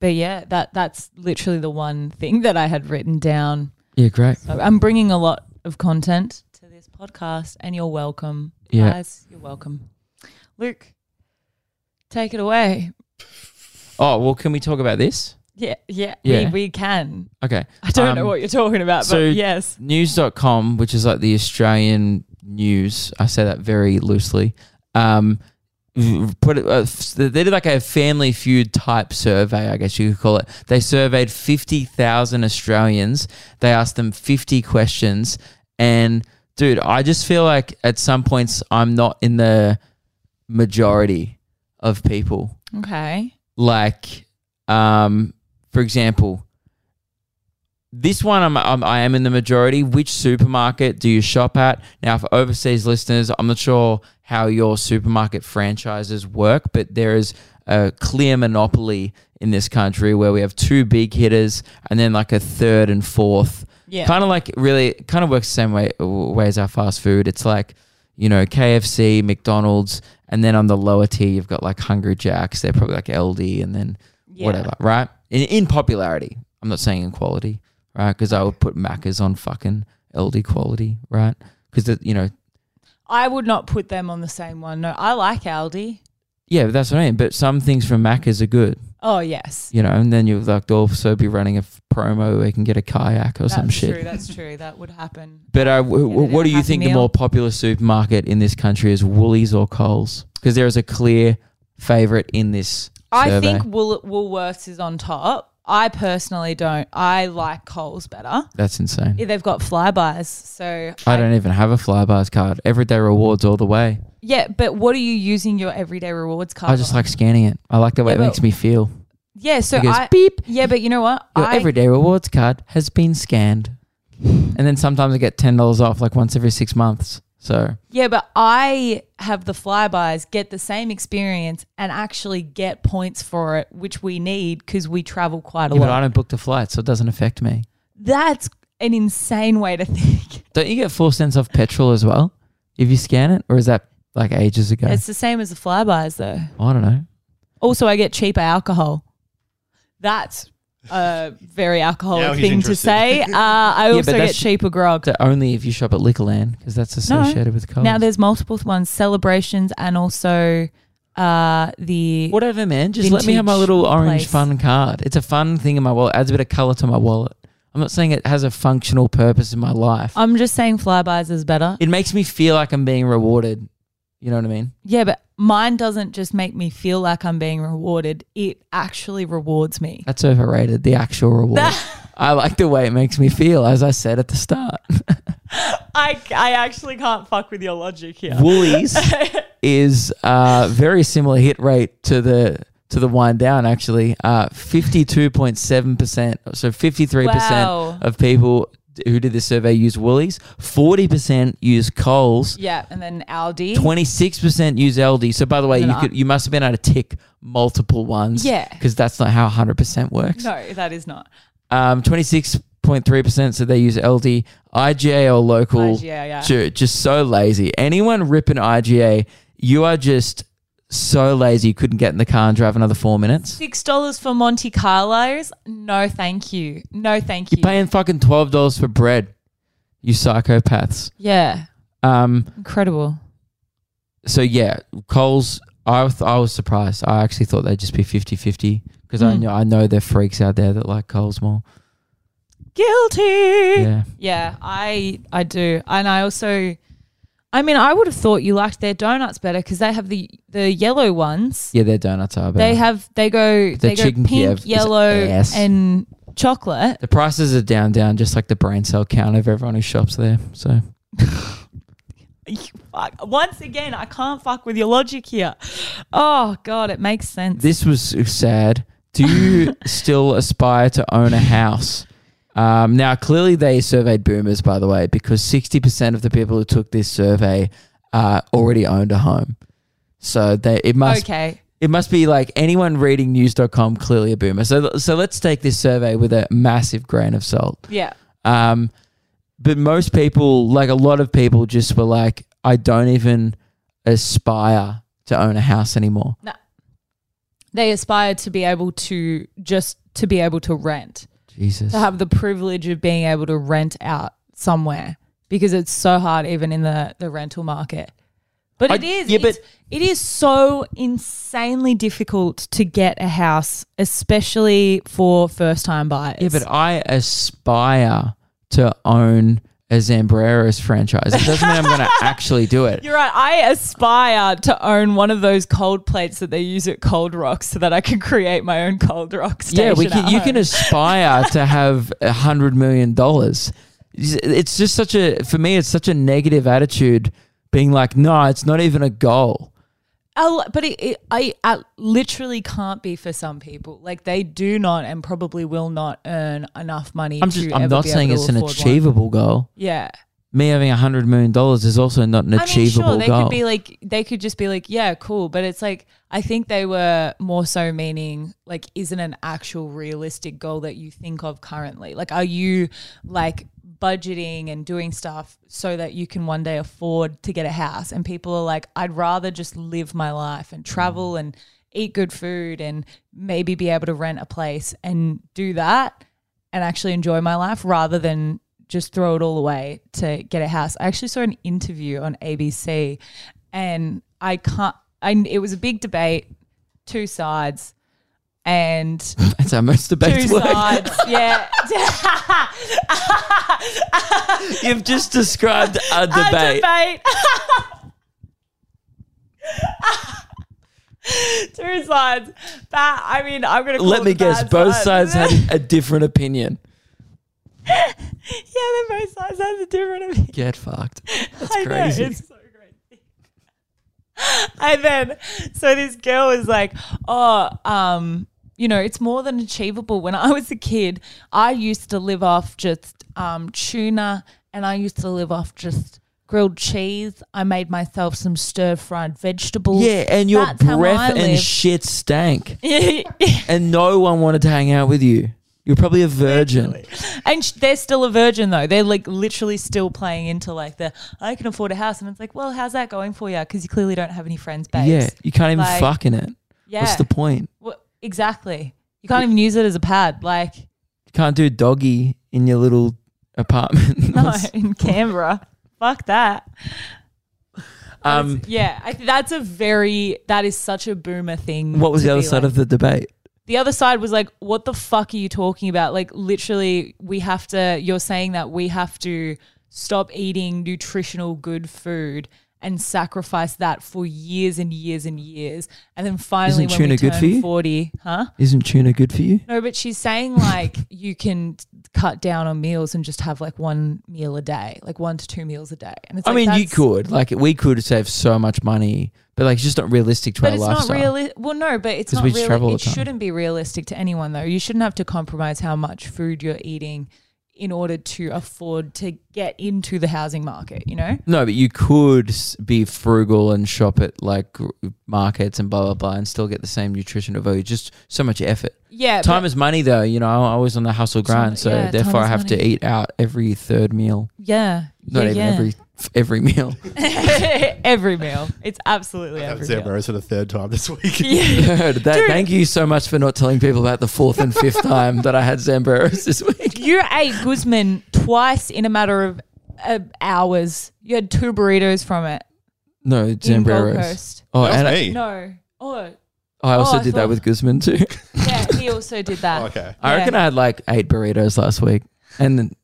but yeah, that that's literally the one thing that I had written down.
Yeah, great.
So I'm bringing a lot of content to this podcast, and you're welcome,
Yeah.
guys. You're welcome. Luke, take it away.
Oh well, can we talk about this?
Yeah, yeah,
Yeah.
We, we can.
Okay,
I don't know
Um,
what you're talking about,
so-
but yes.
news.com, which is like the Australian news. I say that very loosely. Um, v- put it, uh, f- they did like a family feud type survey, I guess you could call it. They surveyed 50,000 Australians. They asked them 50 questions. And dude, I just feel like at some points I'm not in the majority of people
Okay.
like um for example this one I'm, I'm i am in the majority which supermarket do you shop at now for overseas listeners i'm not sure how your supermarket franchises work but there is a clear monopoly in this country where we have two big hitters and then like a third and fourth
Yeah.
kind of like really kind of works the same way way as our fast food it's like you know kfc mcdonald's and then on the lower tier you've got like hungry jacks they're probably like ld and then
Yeah.
whatever right in, in popularity i'm not saying in quality right because i would put macca's on fucking ld quality right because you know
I would not put them on the same one. No, I like Aldi.
yeah that's what i mean but some things from macca's are good
Oh yes.
you know and then you've like also be running a f- promo where you can get a kayak or
that's
some shit
true, that's true. That would
(laughs)
happen.
But uh, w- w-
Yeah,
what do you
happy
think the
meal.
more popular supermarket in this country is, Woolies or Coles? Because there is a clear favorite in this.
I
survey.
think Wool- Woolworths is on top. I personally don't. I like Coles better.
that's insane.
Yeah, They've got flybys, so
I don't even have a Flybars card. Everyday rewards all the way.
Yeah, but what are you using your everyday rewards card?
I just
on?
like scanning it. I like the way
Uh-huh. Yeah,
it
but-
makes me feel.
yeah. So
it goes
I
beep.
yeah, but you know what?
Your
I
everyday rewards card has been scanned, and then sometimes I get ten dollars off, like once every six months. So
yeah, but I have the flybys, get the same experience, and actually get points for it, which we need because we travel quite a
yeah, but I
lot.
don't book the flight, so it doesn't affect me.
That's an insane way to think.
(laughs) Don't you get four cents off petrol as well if you scan it, or is that like ages ago?
It's the same as the flybys, though.
I don't know.
Also, I get cheaper alcohol. That's a very
Now
alcoholic
he's
thing to
interested. (laughs)
say. Uh, I
but
also get
that's-
cheaper grog.
So only if you shop at Liquorland because that's associated with Coles.
Now there's multiple ones, celebrations and also uh, the
whatever, man. Just let me have my
vintage
little orange
place.
fun card. It's a fun thing in my wallet. Adds a bit of color to my wallet. I'm not saying it has a functional purpose in my life.
I'm just saying flybys is better.
it makes me feel like I'm being rewarded. You know what I mean?
Yeah, but mine doesn't just make me feel like I'm being rewarded. It actually rewards me.
That's overrated. The actual
(laughs)
reward. I like the way it makes me feel, as I said at the start.
I, I actually can't fuck with your logic here. (laughs)
Woolies is uh, very similar hit rate to the to the wind down actually. Uh, fifty two point seven percent, so fifty three
Wow.
percent of people d- who did this survey use Woolies. Forty percent use Coles.
Yeah, and then Aldi.
Twenty six percent use LD. So by the way,
And
you
I-
could you must have been able to tick multiple ones.
Yeah.
because that's not how hundred percent works.
no, that is not.
Um, twenty six point three percent said they use LD. IGA or local.
IGA, yeah.
Dude, just so lazy. Anyone ripping IGA, you are just so lazy. You couldn't get in the car and drive another four minutes.
Six dollars for Monte Carlos? No, thank you. No, thank you.
You're paying fucking twelve dollars for bread. You psychopaths.
yeah,
Um.
incredible.
So yeah, Coles. I th- I was surprised. I actually thought they'd just be 50-50 because I
Mm.
know I know there are freaks out there that like Coles more.
Guilty.
Yeah.
Yeah, I I do, and I also, I mean, I would have thought you liked their donuts better because they have the the yellow ones.
Yeah, their donuts are better.
They have they go they go
chicken
pink,
Kiev is
yellow,
ass.
and chocolate.
the prices are down, down, just like the brain cell count of everyone who shops there. So
Fuck. Once again, I can't fuck with your logic here. Oh god, it makes sense.
this was sad. Do you still aspire to own a house? Um, now, clearly, they surveyed boomers, by the way, because 60% of the people who took this survey uh, already owned a home. So they, it must
okay.
it must be like anyone reading news.com clearly a boomer. So so let's take this survey with a massive grain of salt.
Yeah.
Um, but most people, like a lot of people, just were like, I don't even aspire to own a house anymore.
They aspire to be able to just to be able to rent,
Jesus.
to have the privilege of being able to rent out somewhere because it's so hard even in the, the rental market. But
I-
it is
yeah, but-
it's- it is so insanely difficult to get a house, especially for first time buyers.
Yeah, but I aspire to own a Zambreros franchise. It doesn't mean I'm
(laughs)
going to actually do it.
You're right. I aspire to own one of those cold plates that they use at Cold Rock so that I can create my own Cold Rock station.
Yeah, we can,
at
you
home.
can aspire to have
(laughs)
a hundred million dollars. It's just such a for me. It's such a negative attitude. Being like, no, it's not even a goal.
I'll- but it, it, I, I literally can't be for some people. Like they do not and probably will not earn enough money.
I'm just.
to
I'm
ever
not
be
saying
able to
it's an
afford one.
achievable goal.
Yeah,
Me having a hundred million dollars is also not an
I mean,
achievable
sure, they
goal. (laughs)
could be like, they could just be like, yeah, cool. But it's like, I think they were more so meaning like, isn't an actual realistic goal that you think of currently? Like, are you like budgeting and doing stuff so that you can one day afford to get a house? And people are like, I'd rather just live my life and
Mm.
travel and eat good food and maybe be able to rent a place and do that and actually enjoy my life rather than just throw it all away to get a house. I actually saw an interview on ABC and I can't I it was a big debate, two sides
(laughs)
and
That's how most
two
debates work.
sides. Yeah.
(laughs)
(laughs)
You've just
(laughs)
described a
A
debate.
debate. (laughs) two sides. That I mean I'm gonna call
Let
it
me
the
guess.
bad
Both
sides.
sides
(laughs)
had a different opinion.
Yeah, they both sides have a different (laughs) opinion.
Get (laughs) fucked.
I know,
crazy.
it's so crazy. (laughs) and then, so this girl is like, oh, um, you know, it's more than achievable. When I was a kid, I used to live off just um, tuna and I used to live off just grilled cheese. I made myself some stir fried vegetables.
Yeah, and your
That's how I
breath and
live.
shit stank.
(laughs) Yeah.
and no one wanted to hang out with you. You're probably a virgin.
(laughs) And sh- they're still a virgin though. They're like literally still playing into like the I can afford a house, and it's like, well, how's that going for you? Because you clearly don't have any friends, babes.
Yeah, you can't even
Like,
fuck in it.
yeah.
What's the point?
Well, exactly. You can't even use it as a pad. Like, (laughs)
You can't do doggy in your little apartment.
(laughs) no, in Canberra. (laughs) Fuck that.
(laughs) um,
yeah, I, th- that's a very, that is such a boomer thing.
what was
to
the other
be
side
like.
of the debate?
The other side was like, what the fuck are you talking about? Like, literally, we have to, you're saying that we have to stop eating nutritional good food and sacrifice that for years and years and years. And then finally,
Isn't
when we
tuna good
turn
for you?
40, huh?
Isn't tuna good for you?
No, but she's
(laughs)
saying like you can t- cut down on meals and just have like one meal a day, like one to two meals a day. And it's
I
like,
mean, you
that's-
could. Like, we could save so much money, but like, it's just not realistic to
but
our
it's not
lifestyle.
really well. No, but it's
'Cause
not
we just
really.
travel all
it
the time.
shouldn't be realistic to anyone though. You shouldn't have to compromise how much food you're eating in order to afford to get into the housing market. You know,
no, but you could s- be frugal and shop at like gr- markets and blah blah blah, and still get the same nutritional value. Just so much effort.
yeah. but-
Time is money, though. You know, I'm always on the hustle grind, so
yeah,
therefore
time
I
is
have to
money.
eat out every third meal.
yeah,
Not
yeah,
even
yeah. (laughs)
every every meal.
every meal. It's absolutely
I have
every meal.
Zambros for the third time this week.
(laughs) Yeah.
Heard that.
Dude.
Thank you so much for not telling people about the fourth and
(laughs)
fifth time that I had Zambaros this week.
You ate Guzman twice in a matter of uh, hours. You had two burritos from it.
No
in Gold
Zambaros.
Coast.
Oh,
(laughs) That
and
was
I,
me.
No. Oh,
I also
Oh, I
did
thought-
that with Guzman too. (laughs)
yeah. He also did that.
(laughs) okay.
I reckon
Yeah.
I had like eight burritos last week, and then,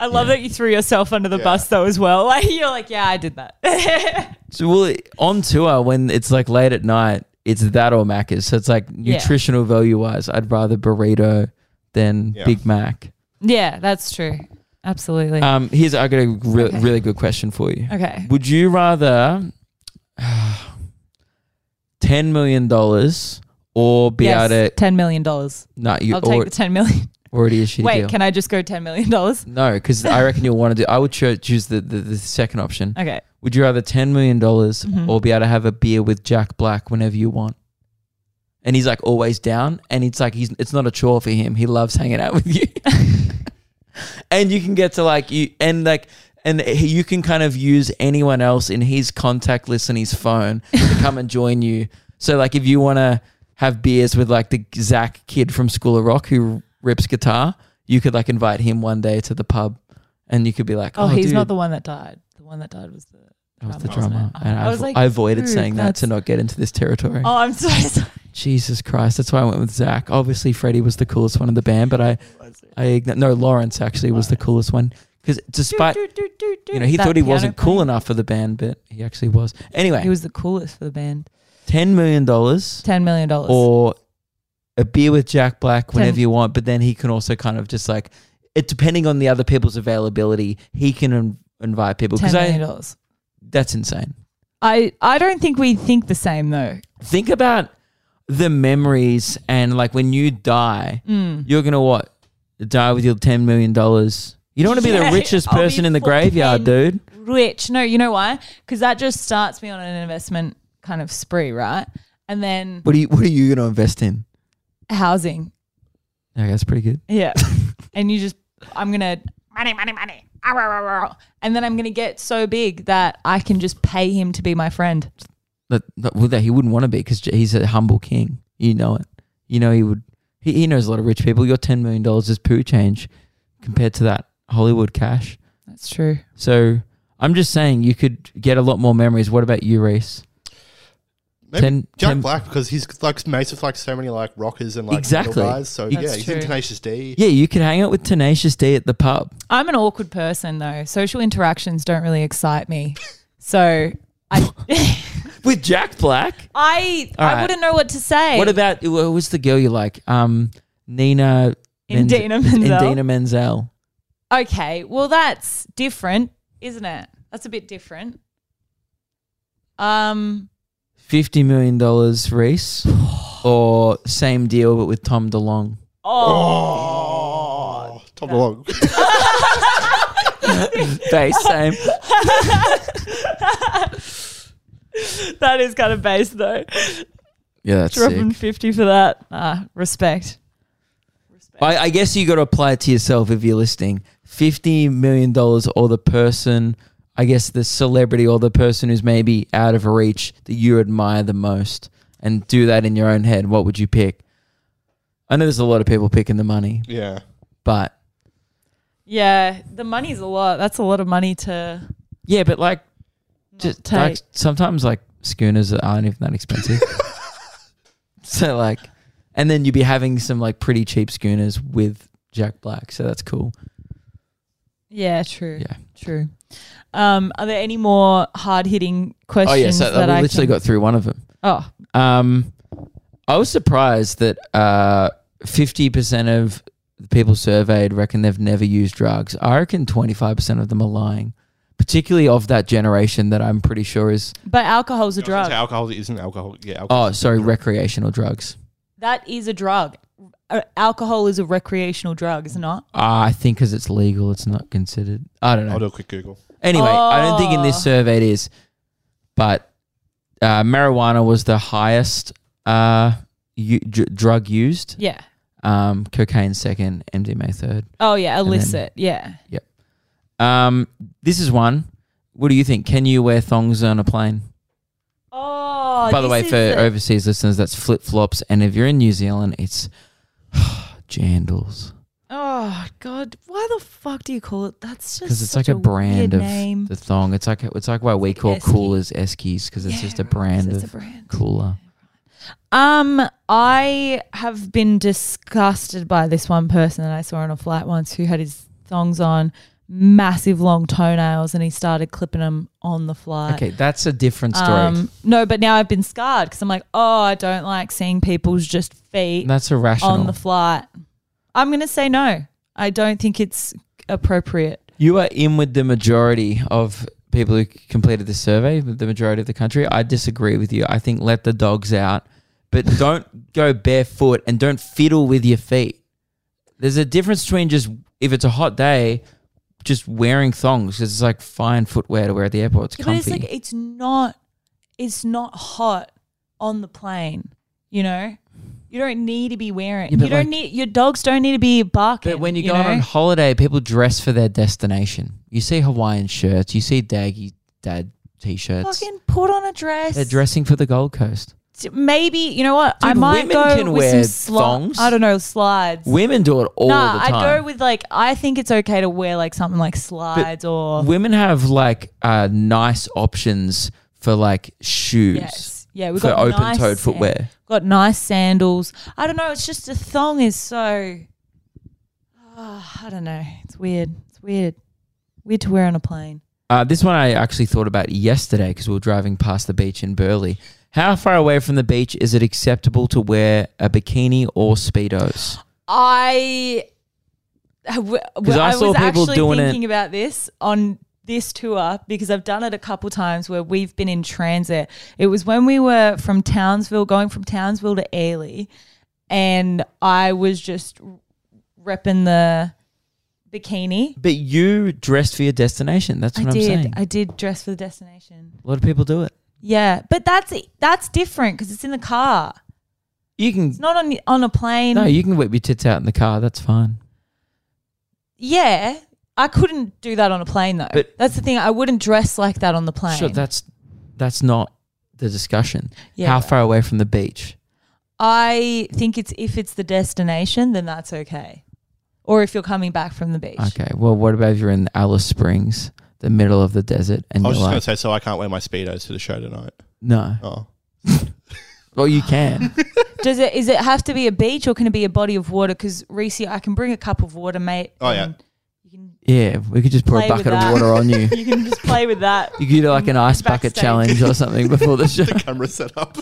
I love that you threw yourself under the
Yeah.
bus though as well. (laughs) Like you're like, yeah, I did that. (laughs)
so well it- on tour when it's like late at night, it's that or Macca's. So it's like nutritional value wise, I'd rather burrito than
Yeah.
Big Mac.
yeah, that's true. Absolutely.
Um, here's I got a re-
Okay.
really good question for you.
okay.
Would (sighs) you rather ten million dollars or be
yes,
able to
ten million dollars.
no, you
I'll take
or,
the
(laughs)
ten million.
already a shitty
Wait,
deal.
can I just go ten million dollars?
no, because I reckon you'll want to do. I would cho- choose the, the the second option.
Okay.
Would you rather ten million dollars
Mhm.
or be able to have a beer with Jack Black whenever you want? And he's like always down, and it's like he's it's not a chore for him. He loves hanging out with
(laughs)
you, and you can get to like you and like and he- you can kind of use anyone else in his contact list and his phone to come and join you. So like if you want to have beers with like the Zach kid from School of Rock who rips guitar, you could like invite him one day to the pub, and you could be like,
Oh, he's
dude,
not the one that died. The one that died was the.
that was the
drummer,
drummer.
wasn't it?
And
I
I,
was
avo-
like,
I avoided
"Dude,
saying that to
that's-
not get into this territory.
Oh, I'm so (laughs) sorry.
Jesus Christ. That's why I went with Zach. Obviously, Freddie was the coolest one in the band, but I, I igno- no, Lawrence actually was the coolest one. Because despite,
Do, do, do, do,
you know, he
that
thought he
piano
wasn't cool
playing.
enough for the band, but he actually was. Anyway,
He was the coolest for the band.
$10 million
Ten million dollars.
or a beer with Jack Black whenever
Ten-
you want, but then he can also kind of just like, it depending on the other people's availability, he can in- invite people.
ten
Because
million
I,
dollars.
that's insane.
I I don't think we think the same though.
think about the memories and like when you die,
Mm.
you're gonna what? Die with your ten million dollars. You don't want to be
Yeah,
the richest
I'll be
person in the
fucking-
graveyard, dude.
Rich. No, you know why? Because that just starts me on an investment kind of spree, right? And then
What are you What are you gonna invest in?
housing.
Okay, that's pretty good. (laughs)
Yeah. and you just, I'm going to money, money, money. Ah, rah, rah, rah. And then I'm going to get so big that I can just pay him to be my friend.
That, that, well, that he wouldn't want to be because he's a humble king. You know it. You know he would. He, he knows a lot of rich people. Your ten million dollars is poo change compared to that Hollywood cash.
That's true.
So I'm just saying you could get a lot more memories. What about you, Reese?
Maybe
Ten-
Jack
ten-
Black because he's like mates with like so many like rockers and like
Exactly.
metal guys. So
That's
yeah, he's in
true.
Tenacious D.
Yeah, you could hang out with Tenacious D at the pub.
I'm an awkward person, though. Social interactions don't really excite me. So I,
with Jack Black.
I,
All
I
right.
wouldn't know what to say.
What about what was the girl you like? Um, Nina Menz-
Indina Menzel?
Indina Menzel.
Okay. Well, that's different, isn't it? That's a bit different. Um,
Fifty million dollars, Reese, or same deal but with Tom DeLong.
oh.
Oh, Tom DeLonge.
Base same.
(laughs) that is kind of base, though.
Yeah, that's
dropping 50 for that. Ah, respect.
I, I guess you got to apply it to yourself if you're listening. Fifty million dollars, or the person, I guess the celebrity, or the person who's maybe out of reach that you admire the most, and do that in your own head. What would you pick? I know there's a lot of people picking the money,
Yeah.
but
Yeah, the money's a lot. That's a lot of money to
Yeah, but like, just
take.
like sometimes like schooners aren't even that expensive.
(laughs)
(laughs) so like, and then you'd be having some like pretty cheap schooners with Jack Black, so that's cool.
Yeah, true.
Yeah.
True. Um, are there any more hard hitting questions?
Oh yeah, so
that
we
I
literally
can-
got through one of them.
Oh,
Um, I was surprised that uh fifty percent of the people surveyed reckon they've never used drugs. I reckon twenty five percent of them are lying, particularly of that generation that I'm pretty sure is.
but alcohol's a
I was gonna say
drug.
Alcohol isn't alcohol. Yeah. Alcohol.
Oh, sorry, recreational drugs.
That is a drug. Uh, alcohol is a recreational drug, is it not?
Ah, I think because it's legal, it's not considered. I don't
I'll do
know.
a quick Google.
Anyway, I don't think in
Oh.
this survey it is, but uh, marijuana was the highest uh, u- dr- drug used.
Yeah.
Um, cocaine second, MDMA third.
Oh yeah,
then-
illicit. yeah.
Um, this is one. What do you think? Can you wear thongs on a plane?
Oh.
By the way,
this
for
is a-
overseas listeners, that's flip flops, and if you're in New Zealand, it's (sighs) jandals.
oh God, why the fuck do you call it? That's just
because it's
such
like a, brand
weird
of
name.
the thong. It's like it's like why we call
Esky.
coolers Eskies because it's
Yeah,
just a
right, 'cause
brand
it's
of
a brand.
cooler.
Um, I have been disgusted by this one person that I saw on a flight once who had his thongs on, massive long toenails, and he started clipping them on the flight.
Okay, that's a different story.
Uh, Um, no, but now I've been scarred because I'm like, oh, I don't like seeing people's just feet
that's irrational.
on the flight. I'm gonna say no. I don't think it's appropriate.
you are in with the majority of people who completed the survey, with the majority of the country. I disagree with you. I think let the dogs out, but (laughs) don't go barefoot and don't fiddle with your feet. There's a difference between just if it's a hot day, just wearing thongs 'cause it's like fine footwear to wear at the airport. It's
Yeah,
comfy.
But it's like it's not it's not hot on the plane, you know? You don't need to be wearing
Yeah, but
you don't
like-
need your dogs don't need to be barking.
But when you, go
know?
on holiday, people dress for their destination. You see Hawaiian shirts, you see daggy dad t-shirts.
fucking put on a dress.
They're dressing for the Gold Coast.
D- Maybe, you know what? I
Dude,
might
women
go
can
with
wear
some sli-
thongs.
I don't know, slides.
Women do it all
nah,
the time.
I'd go with like I think it's okay to wear like something like slides or
Women have like uh, nice options for like shoes.
yes. Yeah, we've
for
got
open-toed
nice sand-
footwear.
Got nice sandals. I don't know, it's just a thong is so Ah, I don't know. It's weird. It's weird. Weird to wear on a plane.
Uh, this one I actually thought about yesterday because we were driving past the beach in Burley. How far away from the beach is it acceptable to wear a bikini or speedos?
I I w- w-
I
I
saw
was
people
actually
doing it-
thinking about this on this tour because I've done it a couple times where we've been in transit. It was when we were from Townsville, going from Townsville to Ailey, and I was just repping the bikini.
But you dressed for your destination. That's
I
what am
did.
saying.
I did dress for the destination.
a lot of people do it.
Yeah, but that's that's different because it's in the car.
You can
It's not on on a plane.
No, you can whip your tits out in the car. That's fine.
Yeah, I couldn't do that on a plane though.
But-
that's the thing. I wouldn't dress like that on the plane.
Sure, that's that's not the discussion.
Yeah.
How far away from the beach?
I think it's if it's the destination, then that's okay. Or if you're coming back from the beach.
Okay. Well, what about if you're in Alice Springs, the middle of the desert, and
I was
you're
just going
like,
to say, so I can't wear my speedos to the show tonight.
no?
Oh,
Well, you
(laughs)
can.
Does it is it have to be a beach or can it be a body of water? Because Reese, I can bring a cup of water, mate.
Oh, yeah.
and You can (laughs)
yeah, we could just pour
Play
a
with
bucket of
that.
water
(laughs)
on
(laughs)
you.
you can just play with that.
You could do like an ice bucket
Backstage.
challenge or something before the
(laughs)
show.
the camera set up.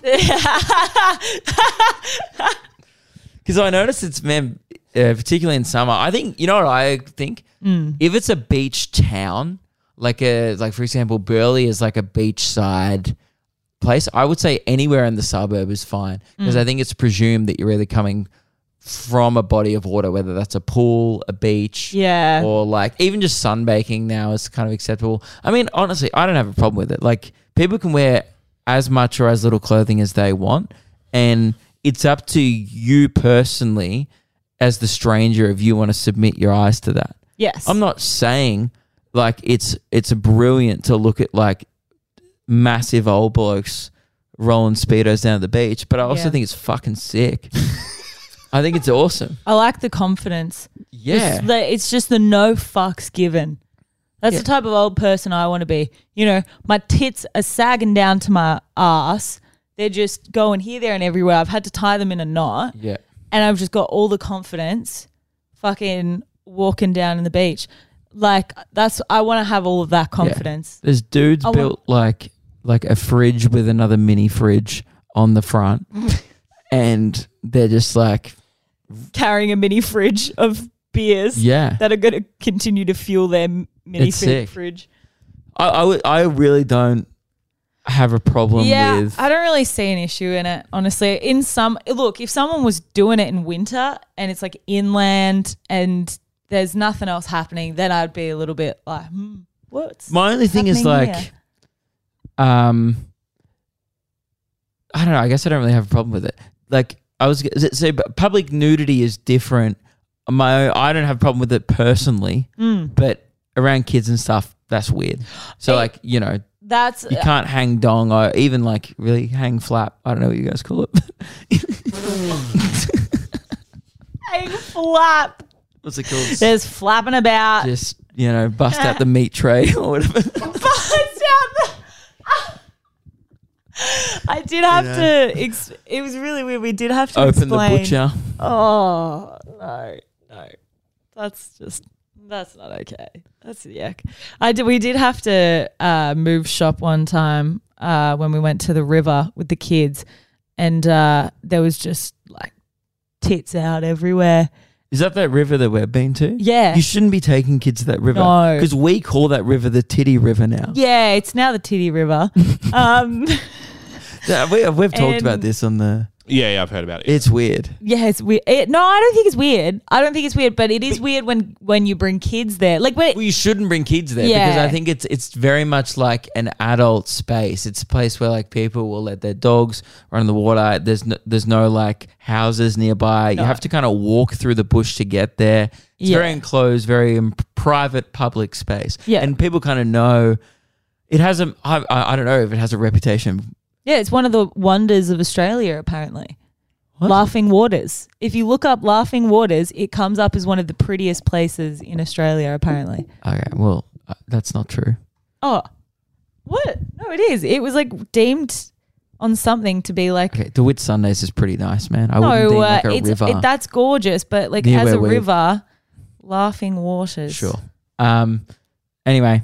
Because I noticed it's man, uh, particularly in summer. I think you know what I think.
Mm.
If it's a beach town, like a like for example, Burley is like a beachside place. I would say anywhere in the suburb is fine
Mm.
because I think it's presumed that you're either coming from a body of water, whether that's a pool, a beach,
Yeah.
or like even just sunbaking now is kind of acceptable. I mean, honestly, I don't have a problem with it. Like people can wear as much or as little clothing as they want, and it's up to you personally as the stranger if you want to submit your eyes to that.
yes.
I'm not saying like it's it's brilliant to look at like massive old blokes rolling speedos down at the beach, but I also
Yeah.
think it's fucking sick. (laughs) I think it's awesome.
I like the confidence.
Yeah.
It's, the, it's just the no fucks given. That's
Yeah.
the type of old person I want to be. You know, my tits are sagging down to my ass. They're just going here, there, and everywhere. I've had to tie them in a knot,
Yeah.
and I've just got all the confidence fucking walking down in the beach. Like, that's, I want to have all of that confidence.
There's dudes
I want-
built like like a fridge with another mini fridge on the
(laughs)
front, and they're just like,
Carrying a mini fridge of beers
yeah.
that are going to continue to fuel their m- mini
It's
fri-
sick.
fridge.
I I, would- I really don't have a problem
yeah,
with.
I don't really see an issue in it, honestly. In some look, if someone was doing it in winter and it's like inland and there's nothing else happening, then I'd be a little bit like, hmm, what's
My only thing is
happening
like, um, I don't know. I guess I don't really have a problem with it. Like I was g- so- so, but public nudity is different. My I don't have a problem with it personally,
Mm.
but around kids and stuff, that's weird. So
Hey.
like you know,
that's
you can't hang dong or even like really hang flap. I don't know what you guys call it.
a flap.
(laughs) What's it called?
There's flapping
(laughs)
about. (laughs)
Just you know, bust out the meat tray (laughs) or whatever.
Bust out the- (laughs) I did have to. Ex- it was really weird. We did have to
Open the
explain.
butcher.
Oh no, no, that's just that's not okay. That's yuck. I did. We did have to uh, move shop one time uh, when we went to the river with the kids, and uh, there was just like tits out everywhere.
Is that that river that we've been to?
Yeah,
You shouldn't be taking kids to that river.
No.
Because we call that river the titty river now.
yeah. It's now the titty river. um,
Yeah. We, we've talked
And-
about this on the
Yeah, yeah, I've heard about it.
It's weird.
Yeah, it's weird. It, no, I don't think it's weird. I don't think it's weird, but it is weird when when you bring kids there. Like when
Well, you shouldn't bring kids there because
Yeah.
I think it's it's very much like an adult space. It's a place where like people will let their dogs run in the water. There's no, there's no like houses nearby.
No.
You have to kind of walk through the bush to get there. It's very
Yeah.
enclosed, very um, private public space.
Yeah.
and people kind of know it has a. I, I I don't know if it has a reputation.
yeah, it's one of the wonders of Australia apparently.
What?
Laughing Waters. If you look up Laughing Waters, it comes up as one of the prettiest places in Australia apparently.
Okay, well uh, that's not true.
Oh. What? No, it is. It was like deemed on something to be like
Okay, DeWitt Sundays is pretty nice, man. I wouldn't
No,
think
uh,
like a
it's
river.
it, that's gorgeous, but like
Near
as
where
a
we-
river, Laughing Waters.
Sure. Um. Anyway,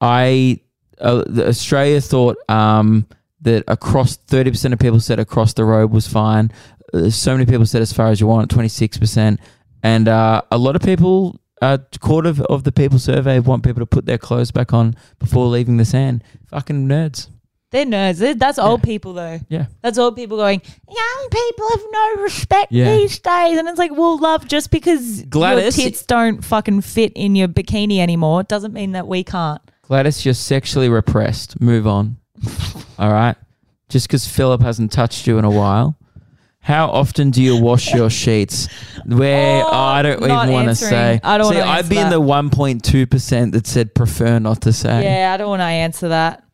I uh, the Australia thought um that across thirty percent of people said across the road was fine. Uh, so many people said as far as you want, twenty six percent, and uh, a lot of people. A quarter of, of the people surveyed want people to put their clothes back on before leaving the sand. Fucking nerds.
They're nerds. They- That's old
Yeah.
people though.
Yeah.
That's old people going, young people have no respect
Yeah.
these days. And it's like, well, love, just because
Gladys-
your tits don't fucking fit in your bikini anymore doesn't mean that we can't.
Gladys, you're sexually repressed. Move
(laughs)
on. All right. Just because Philip hasn't touched you in a while. How often do you wash
(laughs)
your sheets? Where
Oh,
oh, I don't even
not
want to
answering.
say.
I don't
See,
wanna
I'd
answer
be in
that.
the one point two percent that said prefer not to say.
Yeah, I don't want to answer that.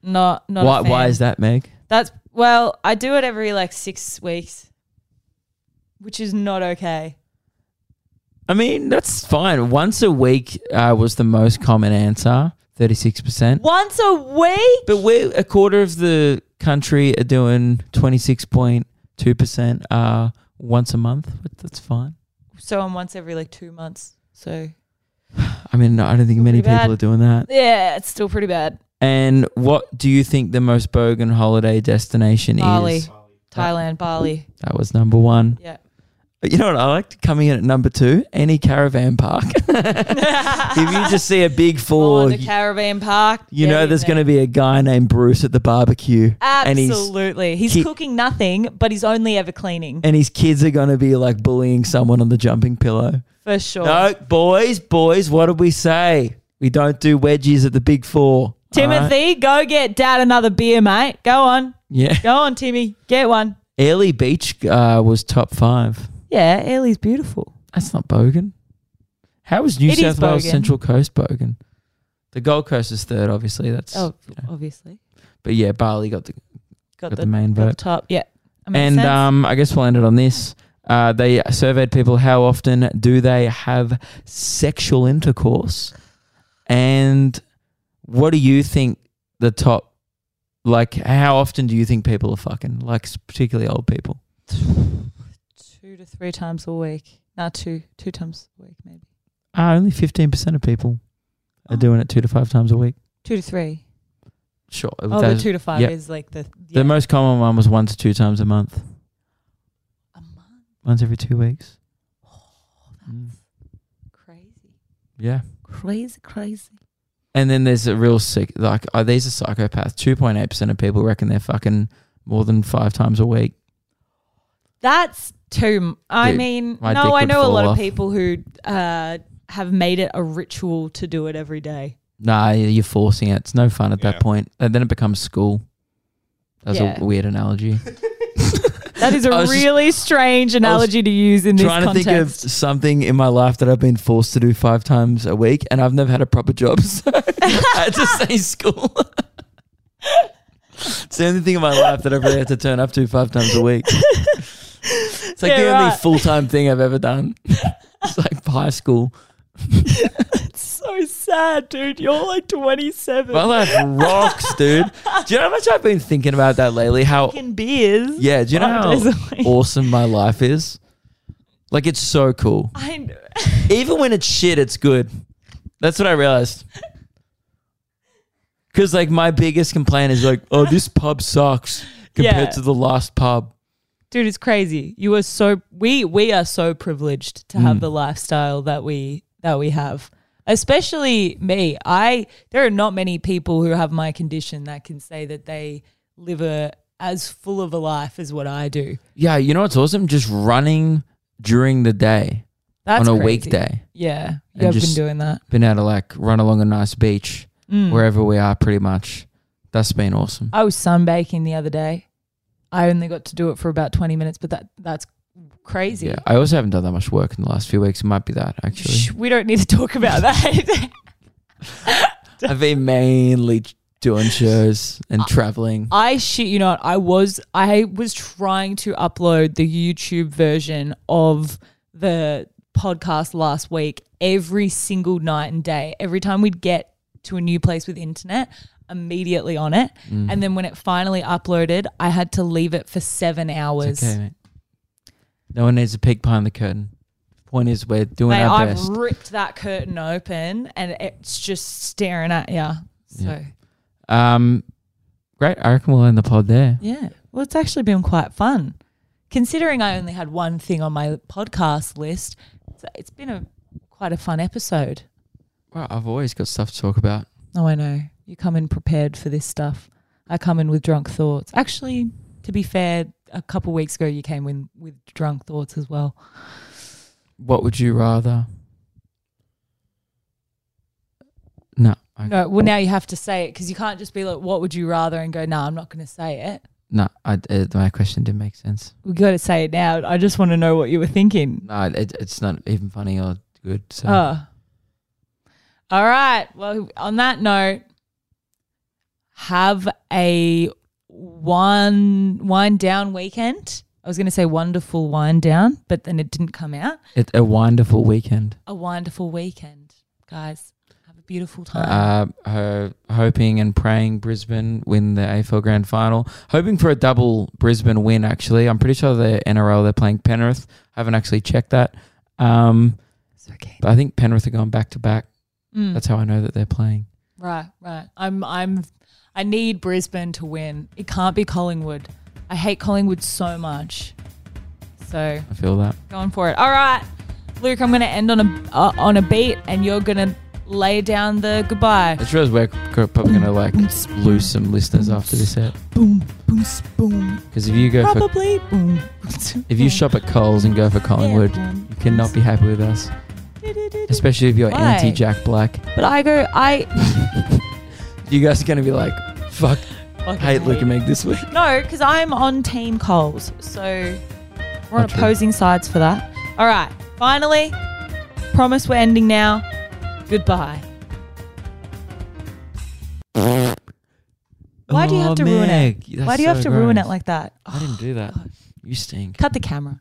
Not, not.
Uh, why? Why is that, Meg?
That's well, I do it every like six weeks, which is not okay.
I mean, that's fine. Once a week uh, was the most common answer, thirty-six percent.
Once a week.
But we're a quarter of the country are doing twenty-six point two percent uh once a month. But that's fine.
So I'm once every like two months. So
I mean, I don't think many
pretty
people
bad.
are doing that.
yeah, it's still pretty bad.
And what do you think the most bogan holiday destination
Bali,
is?
Thailand, Bali.
That was number one.
Yeah. (laughs)
But you know what I liked coming in at number two? Any caravan park. (laughs) if you just see a
(laughs)
big
Or
four,
the caravan park.
you
get
know
in
there's
there.
going to be a guy named Bruce at the barbecue, and he's
Absolutely. He's,
Ki-
cooking nothing, but he's only ever cleaning.
and his kids are going to be like bullying someone on the jumping pillow.
For sure.
No, boys, boys, what did we say? We don't do wedgies at the big four. All right?
Timothy, go get dad another beer, mate. Go on.
Yeah.
Go on, Timmy. Get one.
Early Beach uh, was top five.
Yeah, Ellie's beautiful.
That's not Bogan. How is New
It is
South Wales
Bogan.
Central Coast Bogan? The Gold Coast is third, obviously. That's
Oh,
you know.
obviously.
but yeah, Bali got the got
Got, the,
the main
got the
vote.
top. Yeah. That makes
And
sense.
um, I guess we'll end it on this. Uh, they surveyed people how often do they have sexual intercourse, and what do you think the top? Like, how often do you think people are fucking? Like, s- particularly old people.
two to three times a week. Nah, two. Two times a week, maybe.
Ah, only fifteen percent of people are
Oh.
doing it two to five times a week.
Two to three.
Sure,
Oh,
those-
but two to five
yeah.
is like the.
The
yeah.
most common one was one to two times a month,
A month. Oh,
once every two weeks. Mm.
That's crazy.
Yeah.
Crazy, crazy.
And then there's a real sick, like, oh, these are psychopaths. 2.8% of people reckon they're fucking more than five times a week.
That's too. m- I
Dude,
mean,
my
no,
dick
I
would
know a
fall
lot
off.
of people who uh, have made it a ritual to do it
(laughs)
every day.
Nah, you're forcing it. It's no fun at
Yeah.
that point. And then it becomes school. That's
Yeah.
a weird analogy.
That is a
I was just-
really strange analogy to use in this
Trying to
context. (laughs)
think of something in my life that I've been forced to do five times a week, and I've never had a proper job, (laughs) so I had to say school. (laughs) it's the only thing in my life that I've really had to turn up to five times a week. It's like the
Yeah,
only
right.
full time thing I've ever
(laughs)
done. it's like high school.
It's so sad, dude. You're like 27.
My life rocks, dude. Do you know how much I've been thinking about that lately? How
Fucking beers.
yeah, do you know
Five days
how (laughs)
a week.
awesome my life is? Like it's so cool.
(laughs) I know. (laughs)
Even when it's shit, it's good. That's what I (laughs) realized. Cause like my biggest complaint is like, oh, this pub (laughs) sucks compared
Yeah.
to the last pub.
Dude, it's crazy. You are so we we are so privileged to have
Mm.
the lifestyle that we that we have. Especially me. I there are not many people who have my condition that can say that they live a as full of a life as what I do.
Yeah, you know what's awesome? Just running during the day
That's
on a
crazy.
weekday.
Yeah,
And
yeah, I've been
just-
doing that.
Been able to like run along a nice beach
Mm.
wherever we are, pretty much. That's been awesome.
I was sunbaking the other day. I only got to do it for about twenty minutes, but that that's crazy.
Yeah, I also haven't done that much work in the last few weeks. It might be that
Shh,
actually. (laughs)
we don't need to talk about that. (laughs)
I've been mainly ch- doing shows and traveling.
I shit you not. I was I was trying to upload the YouTube version of the podcast last week every single night and day. Every time we'd get to a new place with internet, immediately on it.
Mm.
And then when it finally uploaded, I had to leave it for seven
It's
hours.
okay, mate. No one needs a peek behind the curtain. Point is, we're doing
Mate,
our
I've
best.
ripped that curtain open and it's just staring at ya. So
Yeah. um, great. I reckon we'll end the pod there.
Yeah. Well, it's actually been quite fun. Considering I only had one thing on my podcast list, it's- it's been a quite a fun episode.
Wow, I've always got stuff to talk about.
Oh, I know. You come in prepared for this stuff. I come in with drunk thoughts. Actually, to be fair, a couple weeks ago you came in with drunk thoughts as well.
What would you rather? No, I, no.
No, well now you have to say it because you can't just be like, "What would you rather?" and go, "No, I'm not going to say it."
I, uh, my question didn't make sense.
We got to say it now. I just want to know what you were thinking.
No, it, it's not even funny or good. So
Oh. All right. Well, on that note, have a one wind down weekend. I was going to say wonderful wind down, but then it didn't come out.
it's a wonderful weekend.
A wonderful weekend, guys. Have a beautiful time.
Uh, ho- hoping and praying Brisbane win the AFL Grand Final. Hoping for a double Brisbane win. Actually, I'm pretty sure the NRL they're playing Penrith. haven't actually checked that. Um,
it's okay.
but I think Penrith are going back to back.
Mm.
That's how I know that they're playing.
right, right. I'm, I'm, I need Brisbane to win. It can't be Collingwood. I hate Collingwood so much. So
I feel that.
Going for it. All right, Luke. I'm gonna end on a uh, on a beat, and you're gonna lay down the goodbye.
I suppose we're c- probably going to like
Mm.
lose some listeners after this set.
Boom, boom, boom.
Because if you go for
Probably boom.
if you shop at Coles and go for Collingwood, you cannot be happy with us. Especially if you're
Why?
anti Jack Black. (laughs)
But I go. I
You guys are going to be like, fuck,
fucking
hate Luke and Meg this week.
No, because I'm on Team Coles, so we're on
Oh, true.
opposing sides for that. All right. Finally, promise we're ending now. Goodbye. Why
Oh,
do you have to ruin it? Why do you have to ruin it like that? (sighs)
I didn't do that.
God.
You stink.
Cut the camera.